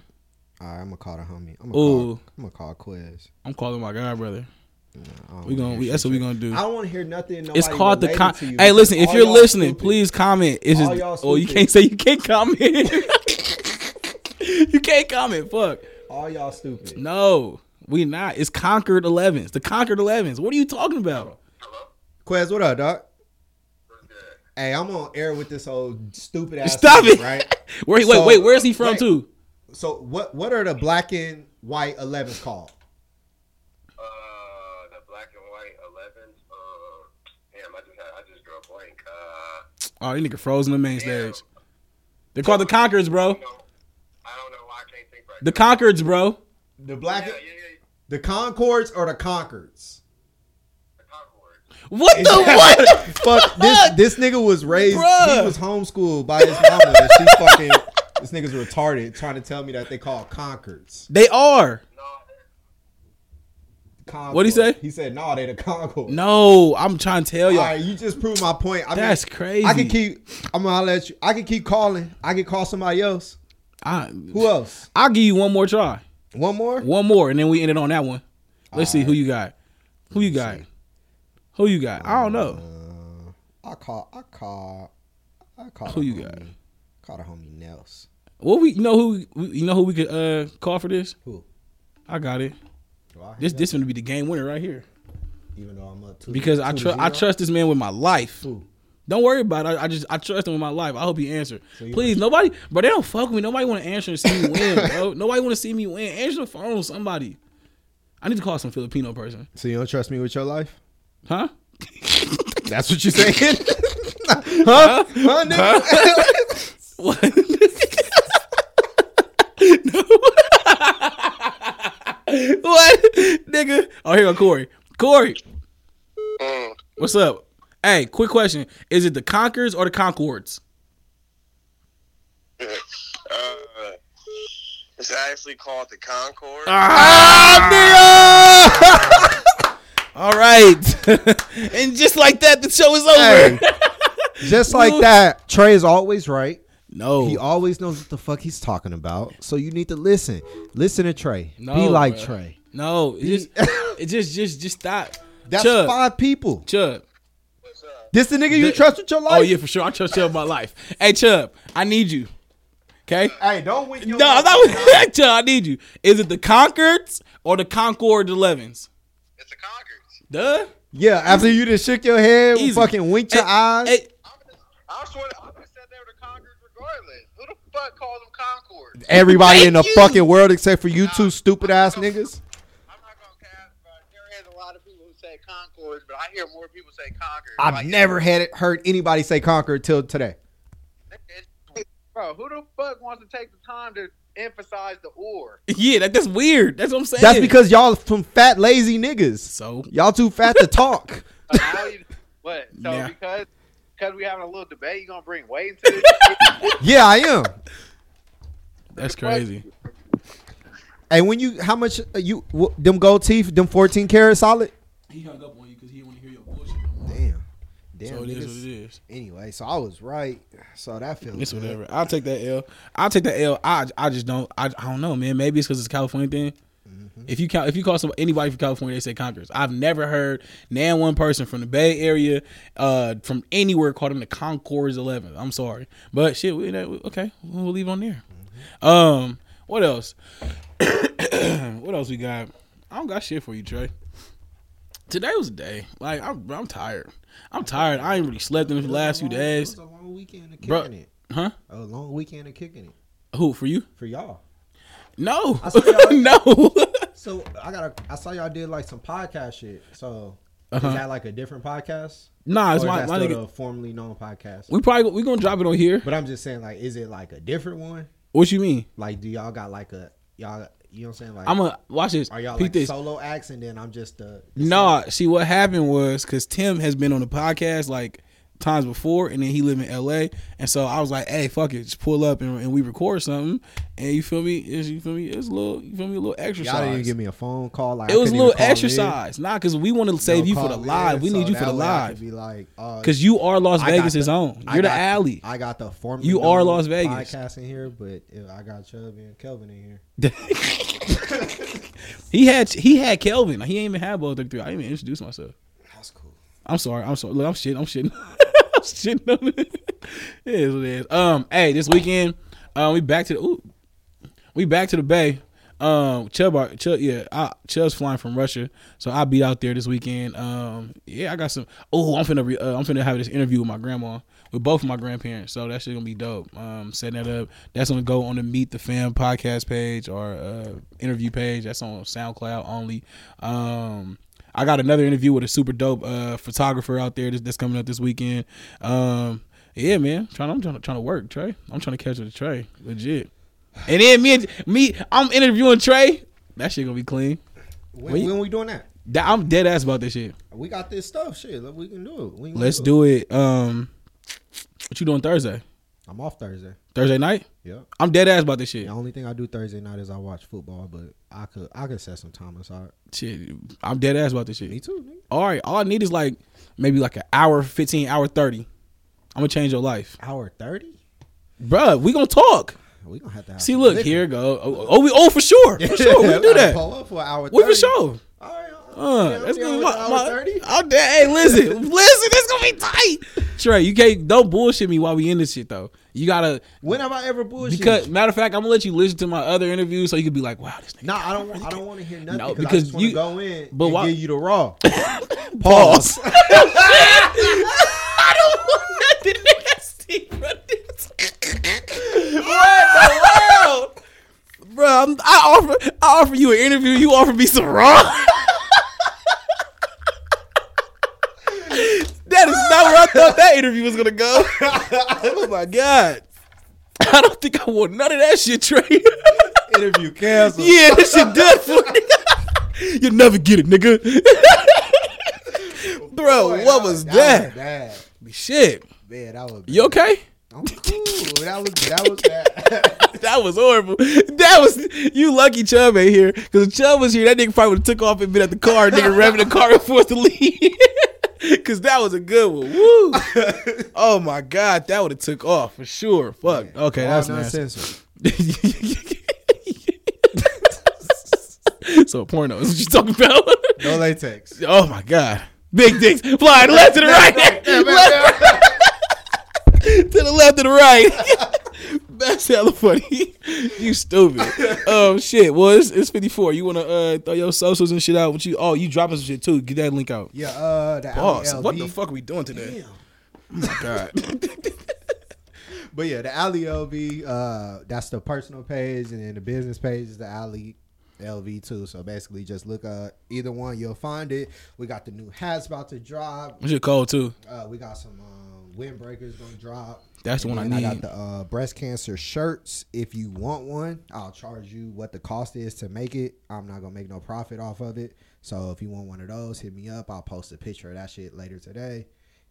All right, I'm gonna call the homie. I'm gonna
Ooh.
call. I'm gonna call Quiz.
I'm calling my god brother.
I don't
We
wanna
gonna.
hear
We,
shit
that's what we
from-
gonna do.
I don't want to hear nothing.
It's called the
con-
con. Hey, listen. If you're listening, please comment. It's
All
just.
y'all
Oh, you
stupid.
can't say you can't comment. you can't comment. Fuck.
All y'all stupid.
No, we not. It's Concord 11s. The Concord 11s. What are you talking about?
Quez, what up, doc? Hey, I'm on air with this old stupid ass.
Stop
nigga,
it.
Right.
Where he, wait,
So-
wait, where is he from
wait.
too?
So what? What are the black and white 11s called?
Uh, the black and white 11s. Uh, damn, I just had, I just drew a blank. Uh,
Oh, this nigga froze on the main
damn.
stage. They're called the Concords, bro.
No, I don't know why I can't think right.
The Concords, bro.
The black,
now. yeah, yeah, yeah.
the Concords or the Concords?
The Concord.
What the what?
Fuck this. This nigga was raised. He
Bruh.
was homeschooled by his mama. and she fucking. This nigga's retarded trying to tell me that they call Concords.
They are.
No,
Concord.
What'd he say?
He said, "No, they the Concord."
No, I'm trying to tell
All
y'all.
right, you just proved my point. I
That's
mean,
crazy.
I can keep. I'm gonna let you. I can keep calling. I can call somebody else.
I,
Who else?
I'll give you one more try.
One more.
One more, and then we end it on that one. Let's see who you got. Who you got? Who you got? I don't know.
Uh, I call. I call. I call.
Who
the
you got?
homie- Call the homie Nels.
What we you know who we- you know who we could uh call for this?
Who?
I got it.
Do I
This
hang
this one to be the game winner right here.
up? even though I'm up two,
because I
two to
trust I
zero?
trust this man with my life.
Who?
Don't worry about it. I, I just I trust him with my life. I hope he answer.
you
Please, nobody, but they don't fuck with me. Nobody want to answer and see me win, bro. Nobody want to see me win. Answer the phone, somebody. I need to call some Filipino person,
So you don't trust me with your life?
huh?
That's what you're saying? huh? Huh, nigga?
What? no. what, nigga? Oh, here go Corey. Corey, what's up? Hey, quick question: Is it the Conquers or the Concords?
uh, it's actually called the Concord.
All right. and just like that, the show is over.
Hey, Just like that, Trey is always right.
No.
He always knows what the fuck he's talking about. So you need to listen. Listen to Trey.
No,
Be like
bruh.
Trey.
no. It just, it just, just, just stop.
That's
Chubb.
five people.
Chubb.
This the nigga you
Th-
trust with your life?
Oh, yeah, for sure. I trust Chubb with my life. Hey, Chubb, I need you. Okay?
Hey, don't win
No, I'm not. Chubb, I need you. Is it the Concords or the Concord 11s?
It's the Concords.
Duh.
Yeah, after you just shook your head,
Easy.
fucking winked your
Hey,
eyes.
hey,
I'm just, I swear, to- I just said they were the Concords regardless. Who the fuck calls them Concord?
Everybody in the
Thank you.
fucking world except for you two stupid ass niggas.
I'm not gonna cap, but there is a lot of people who say Concords, but I hear more people say Concord.
I've never had it, heard anybody say Concord till today.
It's- Bro, who the fuck wants to take the time to emphasize the or?
yeah, that, that's weird. That's what I'm saying.
That's because y'all some fat lazy niggas.
So?
Y'all too fat to talk.
Like, how you- what? So
Nah.
because because we having a little debate, you gonna bring Wade to this?
Yeah, I am.
That's crazy.
And when you, how much uh, you wh- them gold teeth, them fourteen karat solid?
He hung up on you because he didn't want to hear your bullshit.
Damn, damn.
So it is what
niggas.
it is.
Anyway, so I was right. So that feels
It's
good.
whatever. I'll take that L. I'll take that L. I I just don't. I, I don't know, man. Maybe it's because it's a California thing. If you count, if you call some anybody from California, they say Congress. I've never heard nan one person from the Bay Area, uh, from anywhere call them the Concords Eleven. I'm sorry, but shit, we, that- okay, we'll leave on there. Um, what else? what else we got? I don't got shit for you, Trey. Today was a day. Like I'm, I'm tired. I'm tired. I ain't really slept in the last few days.
It was a long weekend of kicking
Bruh.
it.
Huh?
A long weekend of kicking it
Who for you?
for y'all.
No,
I saw y'all-
no.
So I got. I saw y'all did like some podcast shit. So
Uh-huh.
is that like a different podcast?
nah, it's
or
my,
is that
my
still
nigga.
the formerly known podcast?
We probably we gonna drop it on here.
But I'm just saying, like, is it like a different one?
What you mean?
Like, do y'all got like a y'all? You know what I'm saying? Like,
I'm a watch this.
are y'all
Peep
like
this.
solo acts and then I'm just the the
Nah, see what happened was because Tim has been on the podcast like times before, and then he lived in L.A. And so I was like, "Hey, fuck it, just pull up and, and we record something." And you feel me? It's, you feel me? It's a little, you feel me? A little
same-
exercise.
Y'all didn't even give me a phone call. Like, I
it was a
couldn't
little
even call in.
exercise, nah, because we want to save
No
you for
call
the
in,
live. We
so
need you for
that
the
way I could
live
Be like, uh,
because you are Las
I got
Vegas'
the-
own.
I
You're the
got-
alley.
I got the former.
You are Las Vegas.
podcast in here, but uh, I got Chubb and Kelvin in here.
He had he had Kelvin. He ain't even had Bo 33. I didn't even introduce myself.
That's cool.
I'm sorry. I'm sorry. Look, I'm shitting. I'm shitting. I'm shitting on it. It is what it is. Um, hey, this weekend, um, we back to the ooh, we back to the bay. Um, Chubb, are- Chubb, yeah, I, Chubb's flying from Russia, so I'll be out there this weekend. Um, yeah, I got some. Oh, I'm finna, re, uh, I'm finna have this interview with my grandma, with both of my grandparents. So that shit gonna be dope. Um, setting that up. That's gonna go on the Meet the Fam podcast page or uh, interview page. That's on SoundCloud only. Um, I got another interview with a super dope uh, photographer out there that's, that's coming up this weekend. Um, yeah, man, trying I'm trying to, trying to work Trey. I'm trying to catch the Trey, legit. And then me and me, I'm interviewing Trey. That shit gonna be clean.
When,
We-
when we doing that?
That, I'm dead ass about this shit.
We got this stuff. Shit, look, we can do it. When you
Let's
wanna
do it. Um, what you doing Thursday?
I'm off Thursday.
Thursday night?
Yep.
I'm dead ass about this shit.
The only thing I do Thursday night is I watch football, but I could I could set some time aside.
Shit, I'm dead ass about this shit.
Me too. Nigga.
All right, all I need is like maybe like an hour, fifteen, hour thirty. I'm gonna change your life,
Hour thirty.
bruh. We gonna talk.
We gonna have to have
See,
some
look
liquor.
here go. Oh, oh, we oh for sure, for sure, we can do
Gotta
that.
Pull up for an hour.
We for
30.
sure.
All right,
Uh,
yeah,
that's
yeah,
gonna be
with
my,
hour
my-
30.
I'm dead. Hey, listen, listen, that's gonna be tight. Trey, you can't don't bullshit me while we in this shit though. You gotta
When have I ever bullshit?
because matter of fact, I'm gonna let you listen to my other interview so you can be like, wow, this nigga.
nah, I don't. I don't want to hear nothing.
No, because
because, I just wanna
you-
go in,
but
but and
why-
give you the raw. Pause.
I don't want nothing nasty, bro. what the world, bro? I'm, I offer I offer you an interview. You offer me some raw. that is not where I thought that interview was gonna go. oh my god. I don't think I want none of that shit, Trey.
Interview canceled.
yeah, this shit definitely. You'll never get it, nigga. Bro,
Boy,
what was that?
That was
Shit.
bad. Man, that was.
You okay?
I'm cool. That was. That was that.
That was horrible. That was you lucky Chubb ain't here. Cause if Chubb was here, that nigga probably would have took off and been at the car, nigga revving the car and forced to leave. Cause that was a good one. Woo. oh my god, that would have took off for sure. Fuck. Okay,
All
that's nasty.
nonsense.
so porno is what you talking about.
No latex.
oh my god. Big dicks flying left and right. Left- to the left and the right. That's hella funny. you stupid. Um, shit. Well, it's, it's fifty four. You wanna uh throw your socials and shit out? What you? Oh, you dropping some shit too? Get that link out.
Yeah. Uh. The
Oh, so
LV.
what the fuck are we doing today? God.
But yeah, the Alley LV, uh, that's the personal page, and then the business page is the Alley LV too. So basically, just look up either one, you'll find it. We got the new hats about to drop.
What's your code too?
Uh, we got some um, windbreakers gonna drop.
That's the one I
And I got
need.
the uh, breast cancer shirts. If you want one, I'll charge you what the cost is to make it. I'm not gonna make no profit off of it. So if you want one of those, hit me up. I'll post a picture of that shit later today.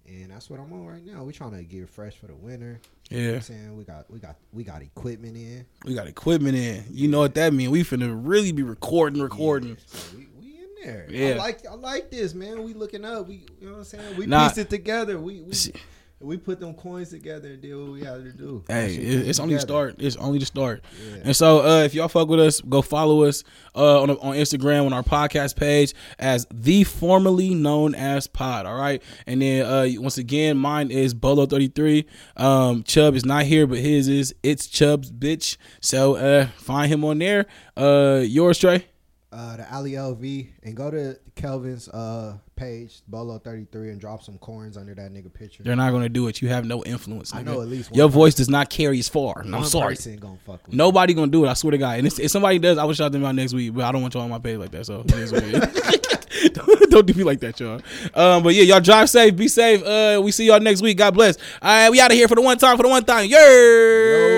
and that's what I'm on right now. We're trying to get fresh for the winter. You know what
Yeah,
I'm saying we got we got we got equipment in.
we got equipment in. You know what that mean? We finna really be recording, recording.
So we, we in there.
Yeah.
I like I like this, man. We looking up. We you know what I'm saying? We
Nah.
pieced it together. We we,
Shit.
we put them coins together and did what we had to do.
Hey, it, it's only the start. It's only the start.
Yeah.
And so, uh, if y'all fuck with us, go follow us uh, on on Instagram on our podcast page as the formerly known as Pod. All right, and then uh, once again, mine is Bolo thirty three. Um, Chubb is not here, but his is it's Chubb's bitch. So uh, find him on there. Uh, yours, Trey.
uh, the Ali LV and go to Kelvin's uh, page, Bolo33, and drop some corns under that nigga picture.
They're not gonna do it. You have no influence.
I
nigga.
know at least one
your
person.
voice does not carry as far. and I'm
One
sorry.
person gonna fuck with
Nobody gonna do it. I swear to God. And if, if somebody does, I will shout them out next week. But I don't want y'all on my page like that. So it is what it is. don't, don't do me like that, y'all. Um, but yeah, y'all drive safe, be safe. Uh, we see y'all next week. God bless. All right, we out of here for the one time. For the one time, yeah.
you.